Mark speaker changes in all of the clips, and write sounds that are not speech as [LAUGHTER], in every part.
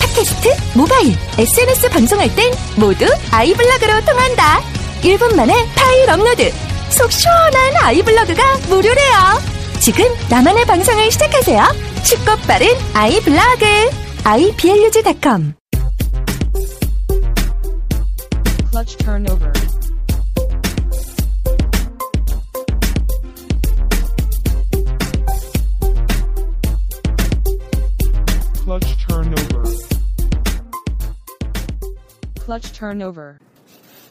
Speaker 1: 팟캐스트, 모바일, SNS 방송할 땐 모두 아이블로그로 통한다 1분 만에 파일 업로드 속 시원한 아이블로그가 무료래요 지금 나만의 방송을 시작하세요 쉽고 빠른 아이블로그 iblog.com
Speaker 2: clutch turnover. Clutch turnover. Clutch turnover.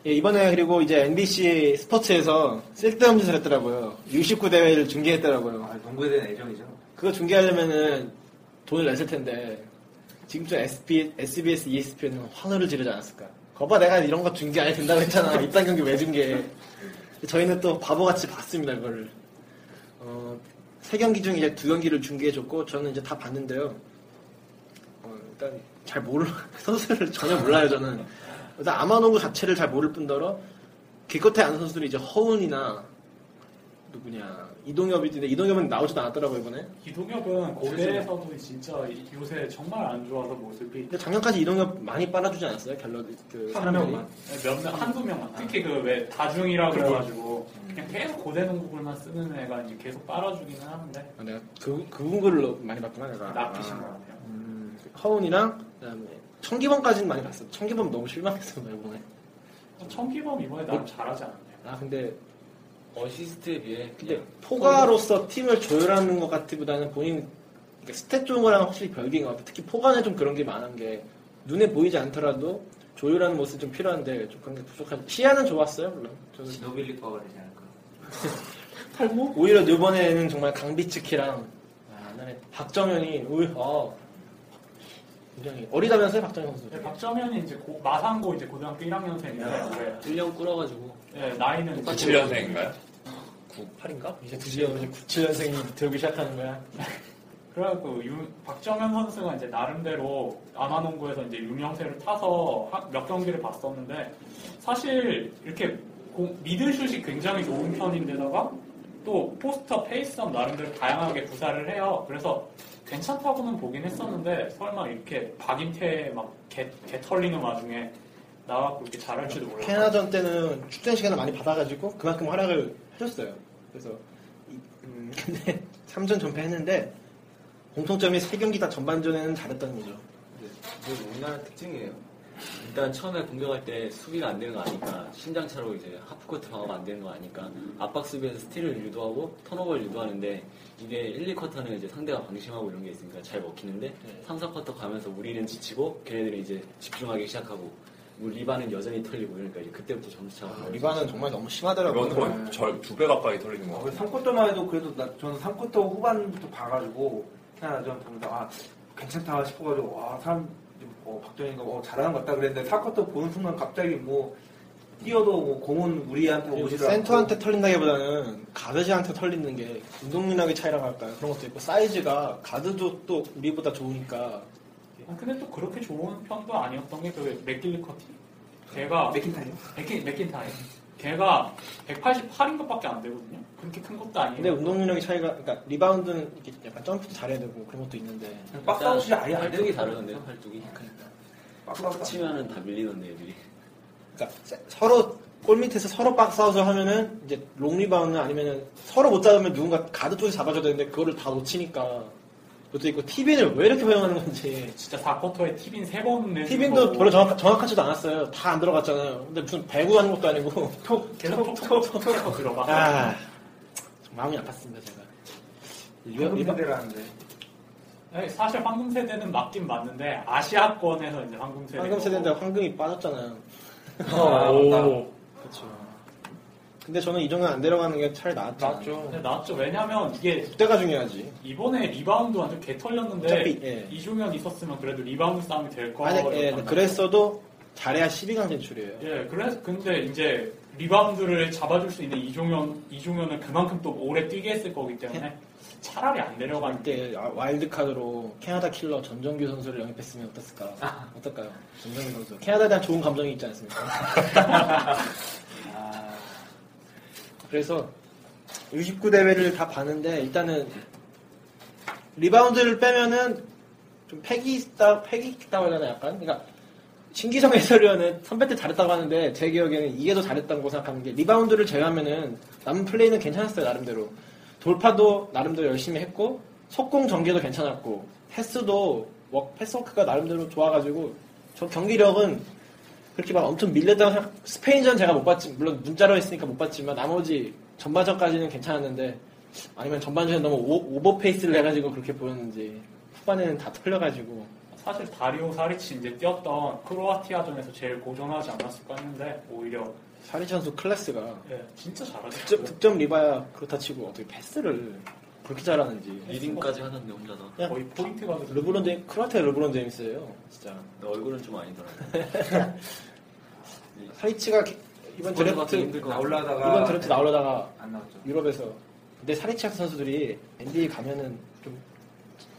Speaker 3: 예, 이번에 그리고 이제 MBC 스포츠에서 쓸데없는 짓을 했더라고요. U19 대회를 중계했더라고요. 아, 농구에 대한 애정이죠. 그거 중계하려면은 돈을 냈을 텐데 지금쯤 SP, SBS, ESPN은 환호를 지르지 않았을까. 거봐 내가 이런 거 중계 안 해도 된다고 했잖아. [LAUGHS] 이딴 경기 왜 중계해. 저희는 또 바보같이 봤습니다. 그거를. 어, 세 경기 중에 이제 두 경기를 중계해줬고 저는 이제 다 봤는데요. 어, 일단 잘 모르 선수를 전혀 몰라요 저는. 일단 아마노구 자체를 잘 모를 뿐더러 기껏해 아는 선수들이 이제 허운이나 누구냐 이동엽이 근데 이동엽은 나오지도 않았더라고 이번에.
Speaker 4: 이동엽은 고대에서도 진짜 요새 정말 안 좋아서 모습이
Speaker 3: 근데 작년까지 이동엽 많이 빨아주지 않았어요 갤러리 그
Speaker 4: 한
Speaker 3: 사람들이?
Speaker 4: 명만 몇 명, 한두
Speaker 5: 아.
Speaker 4: 명만 특히 그 왜 다중이라고 해가지고
Speaker 5: 음.
Speaker 4: 그냥 계속 고대 농구글만 쓰는 애가 이제 계속 빨아주기는 하는데
Speaker 3: 아, 내가 그, 그 문구를 많이 봤구나 내가.
Speaker 4: 낚이신 것 같아요
Speaker 3: 음, 허운이랑 그다음에 청기범까지는 많이 봤어. 청기범 너무 실망했어 나 이번에.
Speaker 4: 청기범 이번에
Speaker 5: 어.
Speaker 4: 나름 잘하지 않았나요?
Speaker 3: 아 근데
Speaker 5: 어시스트에 비해
Speaker 3: 근데 포가로서 팀을 조율하는 것 같기보다는 본인 그러니까 스탯 좋은 거랑 확실히 별개인 것 같아요. 특히 포가는 좀 그런 게 많은 게 눈에 보이지 않더라도 조율하는 모습이 좀 필요한데 좀 그런 게 부족한. 시야는 좋았어요 물론. 저는
Speaker 5: 지노빌리 거가 되지 않을까
Speaker 3: [LAUGHS] 탈모? 오히려 이번에는 정말 강비츠키랑 아, 옛날에 박정현이 오히려 아, 굉장히 어리다면서요 박정현 선수.
Speaker 4: 근데 네, 박정현이 이제 고- 마산고 이제 고등학교 1학년생인데 네,
Speaker 5: 1년 꿇어가지고
Speaker 4: 나이는
Speaker 5: 똑같이
Speaker 4: 이제
Speaker 5: 7년생인가요?
Speaker 3: 98인가? 이제 드디어 이제 97년생이 들기 시작하는 거야.
Speaker 4: 그래갖고 유- 박정현 선수가 이제 나름대로 아마농구에서 이제 유명세를 타서 하- 몇 경기를 봤었는데 사실 이렇게 공- 미들슛이 굉장히 좋은 편인데다가 또 포스터 페이스업 나름대로 다양하게 구사를 해요. 그래서 괜찮다고는 보긴 했었는데 설마 이렇게 박인태 막 개, 개 털리는 와중에 나와갖고 이렇게 잘할 줄도 몰랐어요.
Speaker 3: 캐나전 때는 출전 시간을 많이 받아가지고 그만큼 활약을 해줬어요. 그래서 이- 음, [LAUGHS] 근데 3전 전패했는데 공통점이 세 경기 다 전반전에는 잘했다는 거죠.
Speaker 5: 그 우리나라 특징이에요 일단 처음에 공격할 때 수비가 안 되는 거 아니까 신장차로 이제 하프코트 방어가 안 되는 거 아니까 압박 수비에서 스틸을 유도하고 턴오버를 유도하는데 이게 1, 2쿼터는 이제 상대가 방심하고 이런 게 있으니까 잘 먹히는데
Speaker 6: 네.
Speaker 5: 3, 4쿼터 가면서 우리는 지치고 걔네들은 이제 집중하기 시작하고 우리 리바는 여전히 털리고 그러니까 이제 그때부터 점수차가
Speaker 6: 아,
Speaker 5: 벌어지죠.
Speaker 3: 아, 리바는 정말 너무 심하더라고요.
Speaker 6: 이건 거의 절두배 가까이 털리는 거 같아요.
Speaker 7: 3쿼터만 해도 그래도 나, 저는 3쿼터 후반부터 봐가지고 캐나전 보면서 아 괜찮다 싶어가지고 와 사람 어, 박정희가 어, 잘하는 것 같다 그랬는데 4쿼터 보는 순간 갑자기 뭐 뛰어도 뭐 공은 우리한테
Speaker 3: 그리고
Speaker 7: 오지도
Speaker 3: 센터한테 털린다기보다는 가드지한테 털리는 게 운동민학의 차이라고 할까요? 그런 것도 있고 사이즈가 가드도 또 우리보다 좋으니까
Speaker 4: 아, 근데 또 그렇게 좋은 편도 아니었던 게그 맥길리 커티. 걔가
Speaker 7: 맥킨타이어
Speaker 4: 맥킨, 맥킨타임. 걔가 188인 것밖에 안 되거든요. 그렇게 큰 것도 아니에요.
Speaker 3: 근데 운동민학의 차이가 그러니까 리바운드는 이렇게 약간 점프도 잘해야 되고 그런 것도 있는데
Speaker 7: 박스아웃이 아예 안
Speaker 5: 팔뚝이
Speaker 7: 되는
Speaker 5: 다르던데요 팔뚝이 그러니까
Speaker 7: 박스아웃
Speaker 5: 치면은 다 밀리던데 애들이
Speaker 3: 그러니까 세- 서로 골 밑에서 서로 박스아웃을 하면은 이제 롱리바운드 아니면은 서로 못 잡으면 누군가 가드 쪽에 잡아줘야 되는데 그거를 다 놓치니까 그것도 있고 티빈을 왜 이렇게 허용하는 건지
Speaker 4: 진짜 4쿼터에 티빈 3번 내
Speaker 3: 티빈도 별로 정확, 정확하지도 않았어요 다 안 들어갔잖아요 근데 무슨 배구하는 것도 [LAUGHS] 아니고
Speaker 4: 계속 톡톡톡 들어가.
Speaker 3: 아 참 마음이 아팠습니다 제가 리바-
Speaker 7: 방금
Speaker 3: 리바-
Speaker 7: 대라는데
Speaker 4: 네, 사실 황금 세대는 맞긴 맞는데 아시아권에서 이제 황금
Speaker 3: 네.
Speaker 4: 어, 세대.
Speaker 3: 아, 황금 세대인데 황금이 빠졌잖아요
Speaker 7: 아 맞다
Speaker 3: 그렇죠 근데 저는 이정현 안 데려가는 게 차라리 나았죠.
Speaker 4: 근데 나왔죠. 왜냐면 이게
Speaker 3: 그때가 중요하지.
Speaker 4: 이번에 리바운드 완전 개털렸는데
Speaker 3: 어차피, 예.
Speaker 4: 이종현 있었으면 그래도 리바운드 싸움이 될 거.
Speaker 3: 만약 예, 그랬어도 잘해야 12강 진출이에요.
Speaker 4: 예, 그래서 근데 이제 리바운드를 잡아줄 수 있는 이종현 이종현은 그만큼 또 오래 뛰게 했을 거기 때문에 차라리 안 내려가는 게
Speaker 3: 그때 아, 와일드카드로 캐나다 킬러 전정규 선수를 영입했으면 어땠을까? 어떨까요? 전정규 선수. 캐나다에 대한 좋은 감정이 있지 않습니까? 그래서 69 대회를 다 봤는데 일단은 리바운드를 빼면은 좀 패기 있다 패기 있다고 해야 되나 약간 그러니까 신기성 해설위원은 선배 때 잘했다고 하는데 제 기억에는 이게 더 잘했다고 생각하는 게 리바운드를 제외하면은 남은 플레이는 괜찮았어요 나름대로 돌파도 나름대로 열심히 했고 속공 전개도 괜찮았고 패스도 워- 패스워크가 나름대로 좋아가지고 저 경기력은 그렇게 막 엄청 밀렸다고 생각 스페인전 제가 못 봤지 물론 문자로 했으니까 못 봤지만 나머지 전반전까지는 괜찮았는데 아니면 전반전에 너무 오, 오버페이스를 해가지고 그렇게 보였는지 후반에는 다 털려가지고
Speaker 4: 사실 다리오 사리치 이제 뛰었던 크로아티아전에서 제일 고전하지 않았을까 했는데 오히려
Speaker 3: 사리 선수 클래스가
Speaker 4: 예, 진짜
Speaker 3: 득점,
Speaker 4: 잘하더라고요.
Speaker 3: 득점 리바야 그렇다 치고 어떻게 패스를 그렇게
Speaker 6: 네.
Speaker 3: 잘하는지
Speaker 5: 리딩까지 하는데 혼자서
Speaker 3: 그냥
Speaker 4: 거의 포인트가 돼서
Speaker 3: 르브론 제임 크로아티아 르브론 제임스예요 진짜
Speaker 5: 나 얼굴은 좀 아니더라고.
Speaker 6: 네.
Speaker 3: 네. 사리치가 기- 이번 드래프트
Speaker 5: 힘들 것 같아.
Speaker 7: 뭐 나올라다가
Speaker 3: 그 이번 드래프트 나오려다가
Speaker 7: 안 나왔죠.
Speaker 3: 유럽에서 근데 사리치 같은 선수들이 NBA 가면은 좀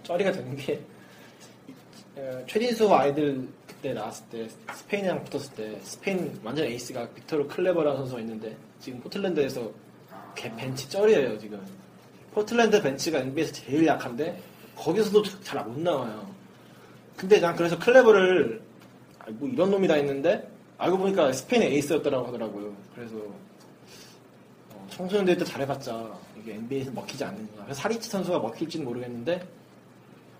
Speaker 3: 쩌리가 되는 게 어, 최진수 아이들 그때 나왔을 때 스페인이랑 붙었을 때 스페인 완전 에이스가 빅토르 클레버라는 선수가 있는데 지금 포틀랜드에서 걔 벤치 쩔이에요 지금 포틀랜드 벤치가 NBA에서 제일 약한데 거기서도 잘 못 나와요 근데 난 그래서 클레버를 아, 뭐 이런 놈이다 했는데 알고 보니까 스페인의 에이스였더라고 하더라고요 그래서 어, 청소년 대회 때 잘해봤자 이게 NBA에서 먹히지 않는구나 그래서 사리치 선수가 먹힐지는 모르겠는데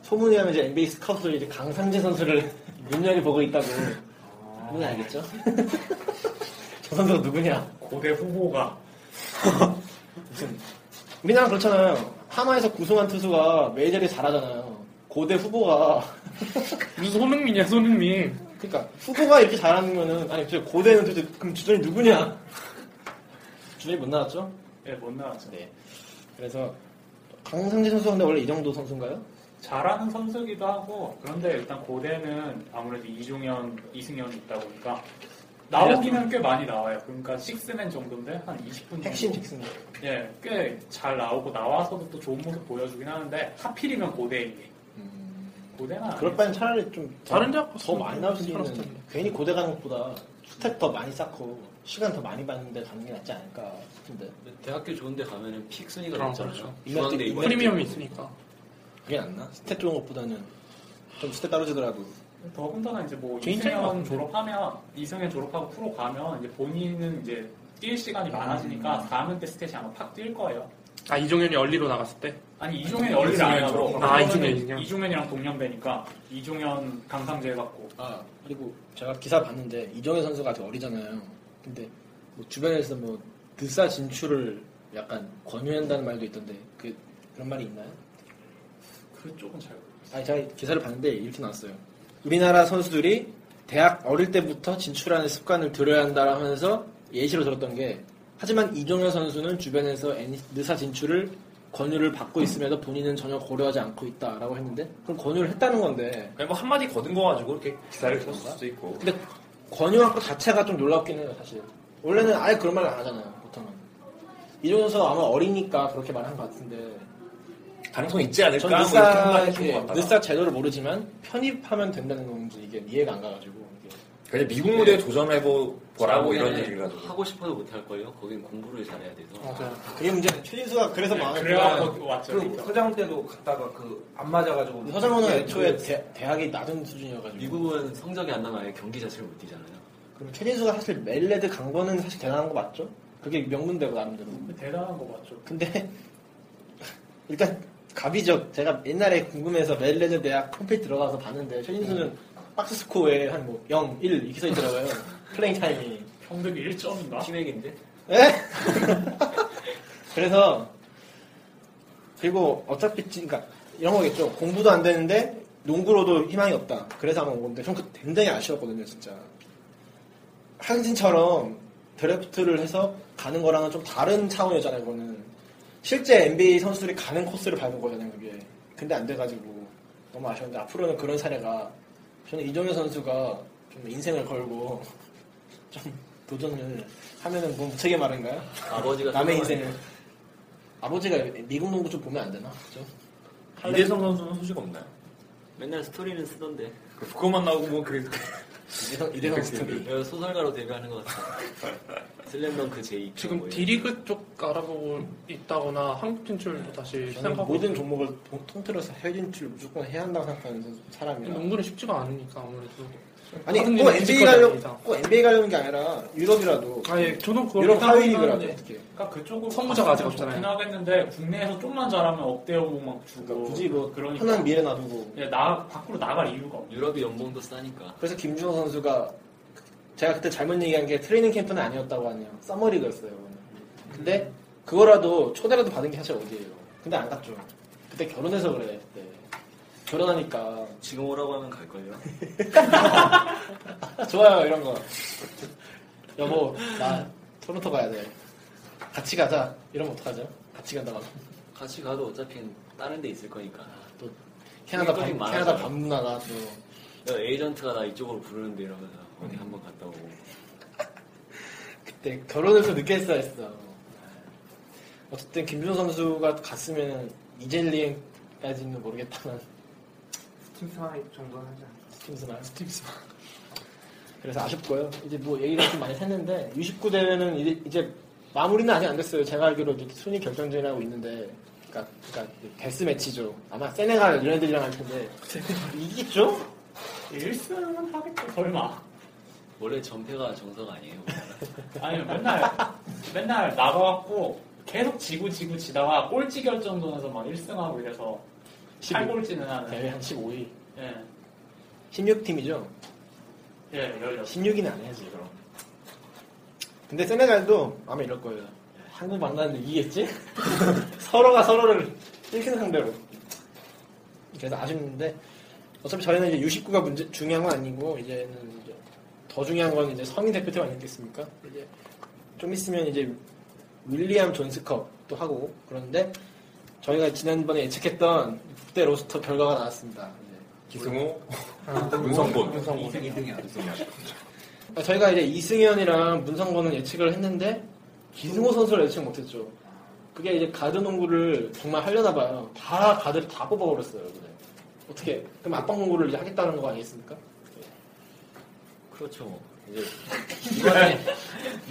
Speaker 3: 소문이 하면 이제 NBA 스카우트들이 이제 강상재 선수를 [LAUGHS] 눈여겨보고 있다고.
Speaker 4: 아.
Speaker 3: 누군 알겠죠? [LAUGHS] 저 선수가 누구냐?
Speaker 4: 고대 후보가
Speaker 3: 무슨 우리나라 그렇잖아요. 하마에서 구승한 투수가 메이저리 잘하잖아요. 고대 후보가
Speaker 4: 무슨 손흥민이야 손흥민.
Speaker 3: 그러니까 후보가 이렇게 잘하는 거는 아니 저 고대는 도대체 그럼 주전이 누구냐? 주전이 못 나왔죠?
Speaker 4: 예, 못 나왔죠.
Speaker 3: 네. 그래서 강상재 선수가 근데 원래 이 정도 선수인가요?
Speaker 4: 잘하는 선수기도 하고 그런데 일단 고대는 아무래도 이종현, 이승현이 있다 보니까 나오기는 꽤 많이 나와요. 그러니까 식스맨 정도인데 한 20분
Speaker 3: 핵심
Speaker 4: 정도.
Speaker 3: 직승.
Speaker 4: 예, 꽤 잘 나오고 나와서도 또 좋은 모습 보여주긴 하는데 하필이면 고대인 게
Speaker 8: 음.
Speaker 4: 고대는 아니에요.
Speaker 3: 그럴 바엔 차라리 좀
Speaker 8: 다른
Speaker 3: 더,
Speaker 8: 대학
Speaker 3: 더 많이 나올 수 있는
Speaker 8: 살았을 텐데.
Speaker 3: 괜히 고대 가는 것보다 스택 더 많이 쌓고 시간 더 많이 받는데 가는 게 낫지 않을까 싶은데
Speaker 5: 대학교 좋은데 가면은 픽 순위가
Speaker 8: 그럼
Speaker 5: 높잖아요.
Speaker 8: 그렇죠.
Speaker 5: 중앙대
Speaker 3: 인맥도-
Speaker 5: 이번에
Speaker 8: 프리미엄이 있으니까.
Speaker 3: 그게 낫나? 스택 좋은 것보다는 좀 스택 떨어지더라도
Speaker 4: 더군다나 이제 뭐
Speaker 8: 개인 차이가
Speaker 4: 이승현
Speaker 8: 없는데.
Speaker 4: 졸업하면 이승현 졸업하고 프로 가면 이제 본인은 이제 뛸 시간이 많아지니까 4학년 때 스탯이 아마 팍 뛸 거예요.
Speaker 8: 음. 아 이종현이 얼리로 나갔을 때.
Speaker 4: 아니 이종현이 얼리를 안 하고
Speaker 8: 졸업하고. 아, 이종현, 이종현.
Speaker 4: 이종현이랑 동년배니까 이종현 강상재 같고
Speaker 3: 아 그리고 제가 기사 봤는데 이정현 선수가 아직 어리잖아요 근데 뭐 주변에서 뭐 드사 진출을 약간 권유한다는 말도 있던데 그 그런 말이 있나요?
Speaker 4: 그쪽은 잘 모르겠어요.
Speaker 3: 아니 제가 기사를 봤는데 이렇게 나왔어요. 우리나라 선수들이 대학 어릴 때부터 진출하는 습관을 들어야 한다라 하면서 예시로 들었던 게 하지만 이종현 선수는 주변에서 N- 느사 진출을 권유를 받고 있음에도 본인은 전혀 고려하지 않고 있다라고 했는데 그럼 권유를 했다는 건데
Speaker 6: 그냥 뭐 한마디 거둔 거 가지고 이렇게 기사를 썼을 수도
Speaker 8: 그렇죠.
Speaker 6: 있고.
Speaker 3: 근데 권유한 것 자체가 좀 놀랍긴 해요 사실 원래는 아예 그런 말을 안 하잖아요 보통은 이종현 선수 아마 어리니까 그렇게 말한 것 같은데
Speaker 6: 가능성이 있지 않을까?
Speaker 3: 전
Speaker 6: 뭐 이렇게
Speaker 3: 느사,
Speaker 6: 판단하신 것 같다.
Speaker 3: 느사 제도를 모르지만 편입하면 된다는 건지 이게 이해가 안 가가지고 이게
Speaker 6: 그냥 미국 무대에 도전해보라고 이런
Speaker 5: 중앙에
Speaker 6: 얘기를 가지고.
Speaker 5: 하고 싶어도 못할 거예요. 거긴 공부를 잘해야 돼서.
Speaker 3: 그게 문제는 최진수가 그래서 망한 거야.
Speaker 4: 네, 그래갖고 왔죠.
Speaker 7: 네, 그
Speaker 4: 그러니까.
Speaker 7: 서장 때도 갔다가 그 안 맞아가지고
Speaker 3: 서장훈은 애초에
Speaker 7: 그
Speaker 3: 대, 대학이 낮은 수준이어가지고
Speaker 5: 미국은 성적이 안 나면 아예 경기 자체를 못 뛰잖아요.
Speaker 3: 그럼 최진수가 사실 멜레드 간 거는 사실 대단한 거 맞죠? 그게 명문대고 남대로
Speaker 4: 대단한 거 맞죠.
Speaker 3: 근데 [LAUGHS] 일단 갑이죠 제가 옛날에 궁금해서 멜레드 대학 홈페이지 들어가서 봤는데 최진수는 박스 스코어에 한뭐 0, 1 이렇게 [LAUGHS] 써있더라고요 플레잉 타이밍이
Speaker 4: 평등이 1점인가?
Speaker 5: 팀액인데
Speaker 3: 예? [LAUGHS] 그래서 그리고 어차피 지- 그러니까 이런 거겠죠. 공부도 안 되는데 농구로도 희망이 없다. 그래서 아마 온 건데 전 그- 굉장히 아쉬웠거든요, 진짜. 한진처럼 드래프트를 해서 가는 거랑은 좀 다른 차원이잖아요. 이거는 실제 NBA 선수들이 가는 코스를 밟은 거잖아요. 그게 근데 안 돼가지고 너무 아쉬운데 앞으로는 그런 사례가 저는 이종현 선수가 좀 인생을 걸고 좀 도전을 하면은 뭐 무책의 말인가요?
Speaker 5: 아버지가
Speaker 3: 남의
Speaker 5: 생각하니까.
Speaker 3: 인생을 아버지가 미국 농구 좀 보면 안 되나? 좀
Speaker 6: 이대성 선수는 소식 없나요?
Speaker 5: 맨날 스토리는 쓰던데.
Speaker 6: 그거만 나오고 뭐 그게
Speaker 3: 이대성 이대성 스토리.
Speaker 5: 내가 소설가로 데뷔하는 것 같아.
Speaker 6: [LAUGHS]
Speaker 5: 슬램덩크 제2.
Speaker 8: 지금 D리그 쪽 알아보고 있다거나 한국 진출도 다시
Speaker 3: 저는
Speaker 8: 생각하고
Speaker 3: 모든 종목을 통- 통틀어서 해진출 무조건 해야 한다고 생각하는 선- 사람이라.
Speaker 8: 농구는 쉽지가 않으니까 아무래도
Speaker 3: 아니
Speaker 8: 다른
Speaker 3: 꼭
Speaker 8: 일이 있을
Speaker 3: NBA
Speaker 8: 거다,
Speaker 3: 가려고
Speaker 8: 이상.
Speaker 3: 꼭 NBA 가려는 게 아니라 유럽이라도
Speaker 8: 아예 저도 그걸
Speaker 3: 유럽 하위
Speaker 8: 생각하긴
Speaker 3: 리그라도
Speaker 8: 하는데.
Speaker 3: 어떻게
Speaker 4: 그러니까 그쪽으로
Speaker 8: 선구자가 아직
Speaker 4: 갔으면 좋긴
Speaker 8: 없잖아요.
Speaker 4: 하겠는데 국내에서 좀만 잘하면 억대여고 막 주고
Speaker 3: 굳이 뭐
Speaker 4: 그러니까
Speaker 3: 편한 미래 놔두고
Speaker 4: 그냥 나 밖으로 나갈 이유가 없.
Speaker 5: 유럽이 연봉도 싸니까.
Speaker 3: 그래서 김준호 선수가 제가 그때 잘못 얘기한 게 트레이닝 캠프는 아니었다고 하네요. 서머리그였어요. 근데 그거라도 초대라도 받은 게 사실 어디예요. 근데 안 갔죠. 그때 결혼해서 그래. 그때 결혼하니까 [LAUGHS]
Speaker 5: 지금 오라고 하면 갈걸요?
Speaker 3: 아, 좋아요 이런 거. [LAUGHS] 여보 나 토론토 가야 돼. 같이 가자. 이러면 어떡하죠? 같이 간다고 하면.
Speaker 5: 같이 가도 어차피 다른 데 있을 거니까.
Speaker 3: 또 캐나다 밤,
Speaker 5: 일거리 많아서.
Speaker 3: 캐나다 밤 누나가 또
Speaker 5: 야, 에이전트가 나 이쪽으로 부르는데 이러면서 어디 한번 갔다 오고.
Speaker 3: 그때 결혼해서 늦게 했어야 했어. 어쨌든 김준호 선수가 갔으면 이젤리엔까지는 모르겠다만
Speaker 7: 스팀 상황 정도는 하지 않을까.
Speaker 3: 스팀스만 스팀스만. 그래서 아쉽고요. 이제 뭐 얘기를 좀 많이 했는데 U19 대회는 이제, 이제 마무리는 아직 안 됐어요. 제가 알기로 이제 순위 결정전이라고 있는데. 그러니까, 그러니까 데스 매치죠. 아마 세네갈 이런 애들이랑 할 텐데 이기죠?
Speaker 4: 1승은 예, 하겠죠 설마.
Speaker 5: 원래 전패가 정석 아니에요?
Speaker 4: 아니 맨날 [LAUGHS] 맨날 나가갖고 계속 지고 지고 지다가 꼴찌 결정전에서 막 1승하고 이래서 8골찌는
Speaker 3: 대회
Speaker 4: 하는.
Speaker 3: 한 15위,
Speaker 8: 네.
Speaker 4: 예.
Speaker 3: 16팀이죠.
Speaker 4: 예, 열려.
Speaker 3: 16인 안 해야지 그럼. 근데 세네갈도 아마 이럴 거예요. 한국 만나는데 이기겠지? [LAUGHS] 서로가 서로를 일킨 상대로. 그래서 아쉽는데 어차피 저희는 이제 U19가 문제 중요한 건 아니고 이제는 이제 더 중요한 건 이제 성인 대표팀 아니겠습니까? 이제 좀 있으면 이제 윌리엄 존스컵도 하고 그런데 저희가 지난번에 예측했던 국대 로스터 결과가 나왔습니다. 이제
Speaker 6: 기승호,
Speaker 5: 아,
Speaker 6: 문성곤,
Speaker 3: 윤성곤.
Speaker 6: 2등이야.
Speaker 3: 아, 저희가 이제 이승현이랑 문성곤은 예측을 했는데 기승호 선수를 예측 못했죠. 그게 이제 가드 농구를 정말 하려나 봐요. 다 가드를 다 뽑아버렸어요. 그냥. 어떻게 그럼 압박 농구를 이제 하겠다는 거 아니겠습니까?
Speaker 5: 그렇죠. 뭐. 이제 이번에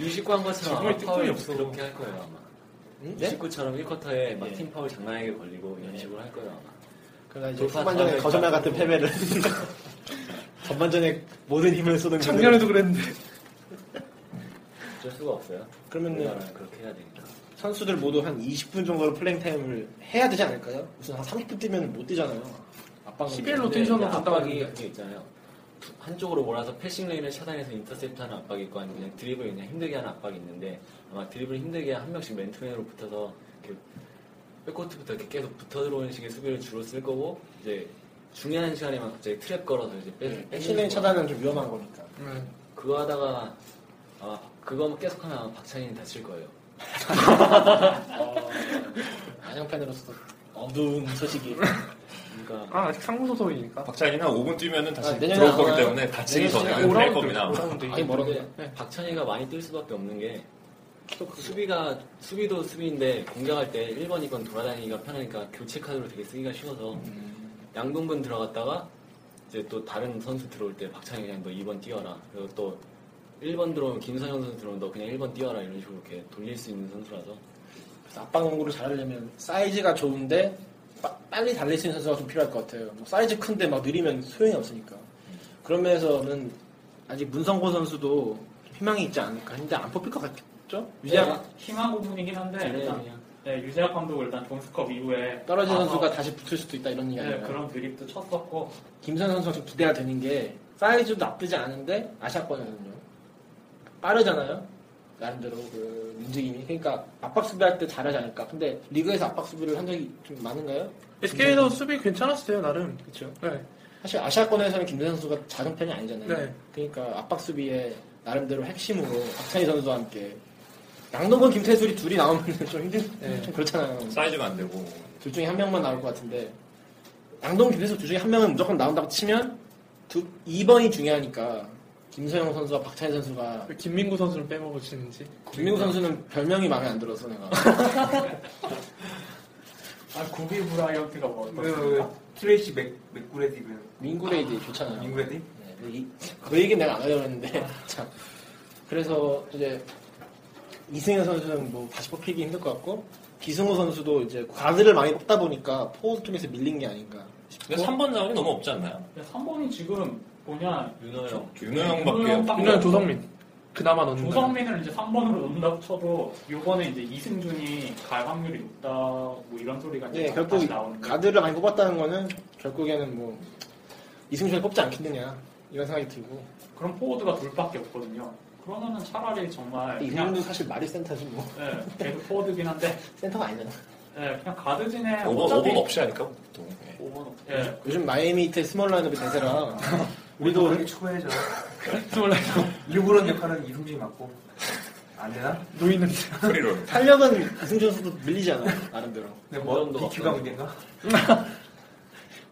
Speaker 5: [LAUGHS] 유식구 한 것처럼
Speaker 4: 정말
Speaker 5: 아마
Speaker 4: 뜨거이
Speaker 5: 파울
Speaker 4: 없어.
Speaker 5: 그렇게 할 거예요 아마.
Speaker 3: 응? 네?
Speaker 5: 유식구처럼 1쿼터에 막
Speaker 3: 예.
Speaker 5: 팀 파울 장난하게 걸리고 이런
Speaker 3: 예.
Speaker 5: 식으로 할 거예요 아마.
Speaker 3: 그러나 이제
Speaker 5: 돌파
Speaker 3: 후반전에
Speaker 5: 타격
Speaker 3: 거짓말 같은
Speaker 5: 타격.
Speaker 3: 패배를 [LAUGHS] 전반전에 모든 힘을 쏟은 그들.
Speaker 8: 그랬는데
Speaker 5: 어쩔 수가 없어요.
Speaker 3: 그러면은
Speaker 5: 우리나라는 그렇게 해야 되니까.
Speaker 3: 선수들 모두 한 20분 정도로 플레잉 타임을 해야 되지 않을까요? 무슨 한 30분 뛰면 못 뛰잖아요. 네, 압박
Speaker 8: 11로
Speaker 5: 근데
Speaker 8: 텐션으로
Speaker 5: 이제
Speaker 8: 갔다
Speaker 5: 압박이
Speaker 8: 왔는데.
Speaker 5: 그게 있잖아요. 두- 한쪽으로 몰아서 패싱 레인을 차단해서 인터셉트하는 압박이 있고 아니면 그냥 드리블 그냥 힘들게 하는 압박이 있는데 아마 드리블 힘들게 한 명씩 맨투맨으로 붙어서 이렇게 백코트부터 이렇게 계속 붙어 들어오는 식의 수비를 주로 쓸 거고 이제 중요한 시간에만 갑자기 트랩 걸어서 이제
Speaker 3: 네,
Speaker 5: 빼,
Speaker 8: 음.
Speaker 5: 빼는
Speaker 3: 신뢰
Speaker 5: 거야.
Speaker 3: 차단은 좀 위험한 거니까.
Speaker 5: 그거 하다가 아 그거 계속하면 아마 박찬인이 다칠 거예요.
Speaker 3: 안양팬으로서 어두운 소식이.
Speaker 5: 그러니까
Speaker 8: 아 아직 상무 소속이니까
Speaker 6: 박찬이는 5분 뛰면은 다시
Speaker 3: 아, 내년에
Speaker 6: 들어올 거기
Speaker 3: 아마
Speaker 6: 때문에 다치기
Speaker 3: 내년 시즌에
Speaker 6: 전에는 될 겁니다.
Speaker 8: 5라운드
Speaker 3: 아니 뭐라고요?
Speaker 8: 네.
Speaker 5: 근데 박찬희가 많이 뛸 수밖에 없는 게그 수비가 수비도 수비인데 공격할 때 1번 2번 돌아다니기가 편하니까 교체 카드로 되게 쓰기가 쉬워서
Speaker 8: 음.
Speaker 5: 양동근 들어갔다가 이제 또 다른 선수 들어올 때 박찬희 그냥 너 2번 뛰어라 그리고 또 1번 들어오면 김상현 선수 들어오면 너 그냥 1번 뛰어라 이런 식으로 이렇게 돌릴 수 있는 선수라서
Speaker 3: 그래서 압박 농구를 잘하려면 사이즈가 좋은데 빠- 빨리 달릴 수 있는 선수가 좀 필요할 것 같아요. 뭐 사이즈 큰데 막 느리면 소용이 없으니까. 그런 면에서는 아직 문성곤 선수도 희망이 있지 않을까 했는데 안 뽑힐 것 같겠죠? 유재학
Speaker 4: 희망 부분이긴 한데 일단
Speaker 5: 그냥
Speaker 4: 네, 유재학 감독 일단 존스컵 이후에
Speaker 3: 떨어진
Speaker 4: 아,
Speaker 3: 선수가 다시 붙을 수도 있다 이런 얘기
Speaker 4: 네,
Speaker 3: 아니에요.
Speaker 4: 그런 드립도 쳤었고
Speaker 3: 김선 선수가 좀 기대가 되는 게 사이즈도 나쁘지 않은데 아시아권이거든요. 빠르잖아요. 나름대로 그 움직임이. 그러니까 압박 수비할 때 잘하지 않을까. 근데 리그에서 압박 수비를 한 적이 좀 많은가요?
Speaker 8: SK도 수비 괜찮았어요 나름 그렇죠 네.
Speaker 3: 사실 아시아권에서는 김선 선수가 작은 편이 아니잖아요.
Speaker 8: 네.
Speaker 3: 그러니까 압박 수비에 나름대로 핵심으로 박찬희 선수와 함께 양동근 김태술이 둘이 나오면 [LAUGHS] 좀 힘들
Speaker 8: 네.
Speaker 3: 좀 그렇잖아요.
Speaker 6: 사이즈가 안 되고
Speaker 3: 둘 중에 한 명만 나올 것 같은데 양동근 김태수 둘 중에 한 명은 무조건 나온다고 치면 두, 2번이 중요하니까 김서영 선수와 박찬희 선수가
Speaker 8: 왜 김민구 선수를 빼먹으시는지.
Speaker 3: 김민구 선수는 별명이 마음에 안 들어서 내가
Speaker 8: [LAUGHS]
Speaker 4: 아 구비 브라이언트가 뭐
Speaker 7: 그
Speaker 4: 어떻습니까?
Speaker 7: 트레이시 맥 맥구레디면
Speaker 3: 민구레이디 좋잖아요.
Speaker 7: 민구레디?
Speaker 3: 네, 근데 이- 그 얘기는 내가 안 하려고 했는데 [LAUGHS] 참. 그래서 이제 이승현 선수는 뭐 다시 뽑히기 힘들 것 같고 기승호 선수도 이제 가드를 많이 뽑다 보니까 포워드 쪽에서 밀린 게 아닌가 싶고
Speaker 6: 근데 3번 자원이 너무 없지 않나요?
Speaker 4: 3번이 지금 뭐냐
Speaker 5: 윤호 형.
Speaker 6: 윤호 형밖에
Speaker 4: 윤호 형
Speaker 6: 없고.
Speaker 4: 딱-
Speaker 8: 이날 조성민. 그나마
Speaker 3: 음.
Speaker 8: 넣는다.
Speaker 4: 조성민을 이제 3번으로 넣는다고 쳐도 요번에 이제 이승준이 갈 확률이 높다 뭐 이런 소리가 이제
Speaker 3: 네,
Speaker 4: 다시
Speaker 3: 결국
Speaker 4: 나오는데
Speaker 3: 가드를 많이 뽑았다는 거는 결국에는 뭐 이승준을 뽑지 않겠느냐 이런 생각이 들고
Speaker 4: 그런 포워드가 둘밖에 없거든요. 그러면은 차라리 정말 그냥
Speaker 3: 이승준도 사실 말이 센터지 뭐
Speaker 4: 예, 계속 포워드긴 한데
Speaker 3: [LAUGHS] 센터가 아니잖아
Speaker 4: 예, 그냥 가드진에
Speaker 6: 5번, 5번 없이 하니까 보통. 예.
Speaker 4: 5번 예,
Speaker 3: 요즘 마이애미의 스몰 라인업이 대세라
Speaker 7: 우리도 그렇게 추구해야죠.
Speaker 3: 네.
Speaker 7: 일부러 역할은 이승준이 맡고 안 되나?
Speaker 6: 네.
Speaker 8: 노이는
Speaker 6: 프리롤.
Speaker 3: [LAUGHS] 탄력은 이승준 선수도 밀리잖아 나름대로
Speaker 7: 근데 뭐
Speaker 5: 그정도
Speaker 7: BQ가
Speaker 5: 없어요.
Speaker 7: 문제인가?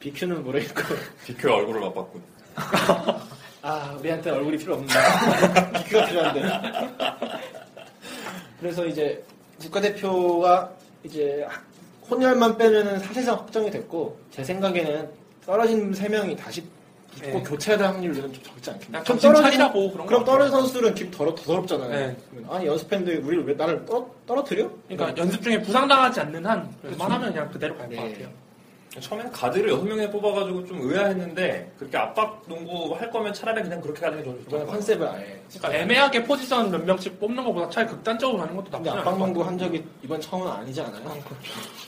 Speaker 3: BQ는 모르겠고
Speaker 6: 디큐의 얼굴을 맛봤군.
Speaker 3: 아 우리한테 얼굴이 필요 없는다 [LAUGHS] BQ가 필요한데 그래서 이제 국가대표가 이제 혼혈만 빼면은 사실상 확정이 됐고 제 생각에는 떨어진 세 명이 다시 붙고
Speaker 7: 네.
Speaker 3: 교체할 확률은 좀 적지 않겠나
Speaker 8: 좀
Speaker 3: 떨어진-
Speaker 8: 차리라고 그런
Speaker 3: 그럼
Speaker 8: 거
Speaker 3: 떨어진
Speaker 8: 같아요.
Speaker 3: 선수들은 기분 더럽, 더 더럽잖아요
Speaker 8: 네.
Speaker 3: 그러면 아니 연습했는데 우리를 왜 나를 떨어, 떨어뜨려?
Speaker 8: 그러니까 연습 중에 부상당하지 않는 한 그만 하면 그냥 그대로 갈 것
Speaker 3: 네.
Speaker 8: 같아요.
Speaker 6: 처음에는 가드를 6명이나 뽑아가지고 좀 의아했는데 그렇게 압박 농구 할 거면 차라리 그냥 그렇게 가는 게 좋을 것
Speaker 3: 이번에
Speaker 8: 그렇죠.
Speaker 6: 같아요.
Speaker 3: 컨셉을 아예
Speaker 8: 그러니까 애매하게 포지션 몇 명씩 뽑는 것보다 차라리 극단적으로 가는 것도
Speaker 3: 근데
Speaker 8: 나쁘지 않아요.
Speaker 3: 압박농구 한 적이 이번 처음은 아니지 않아요?
Speaker 8: 그렇죠.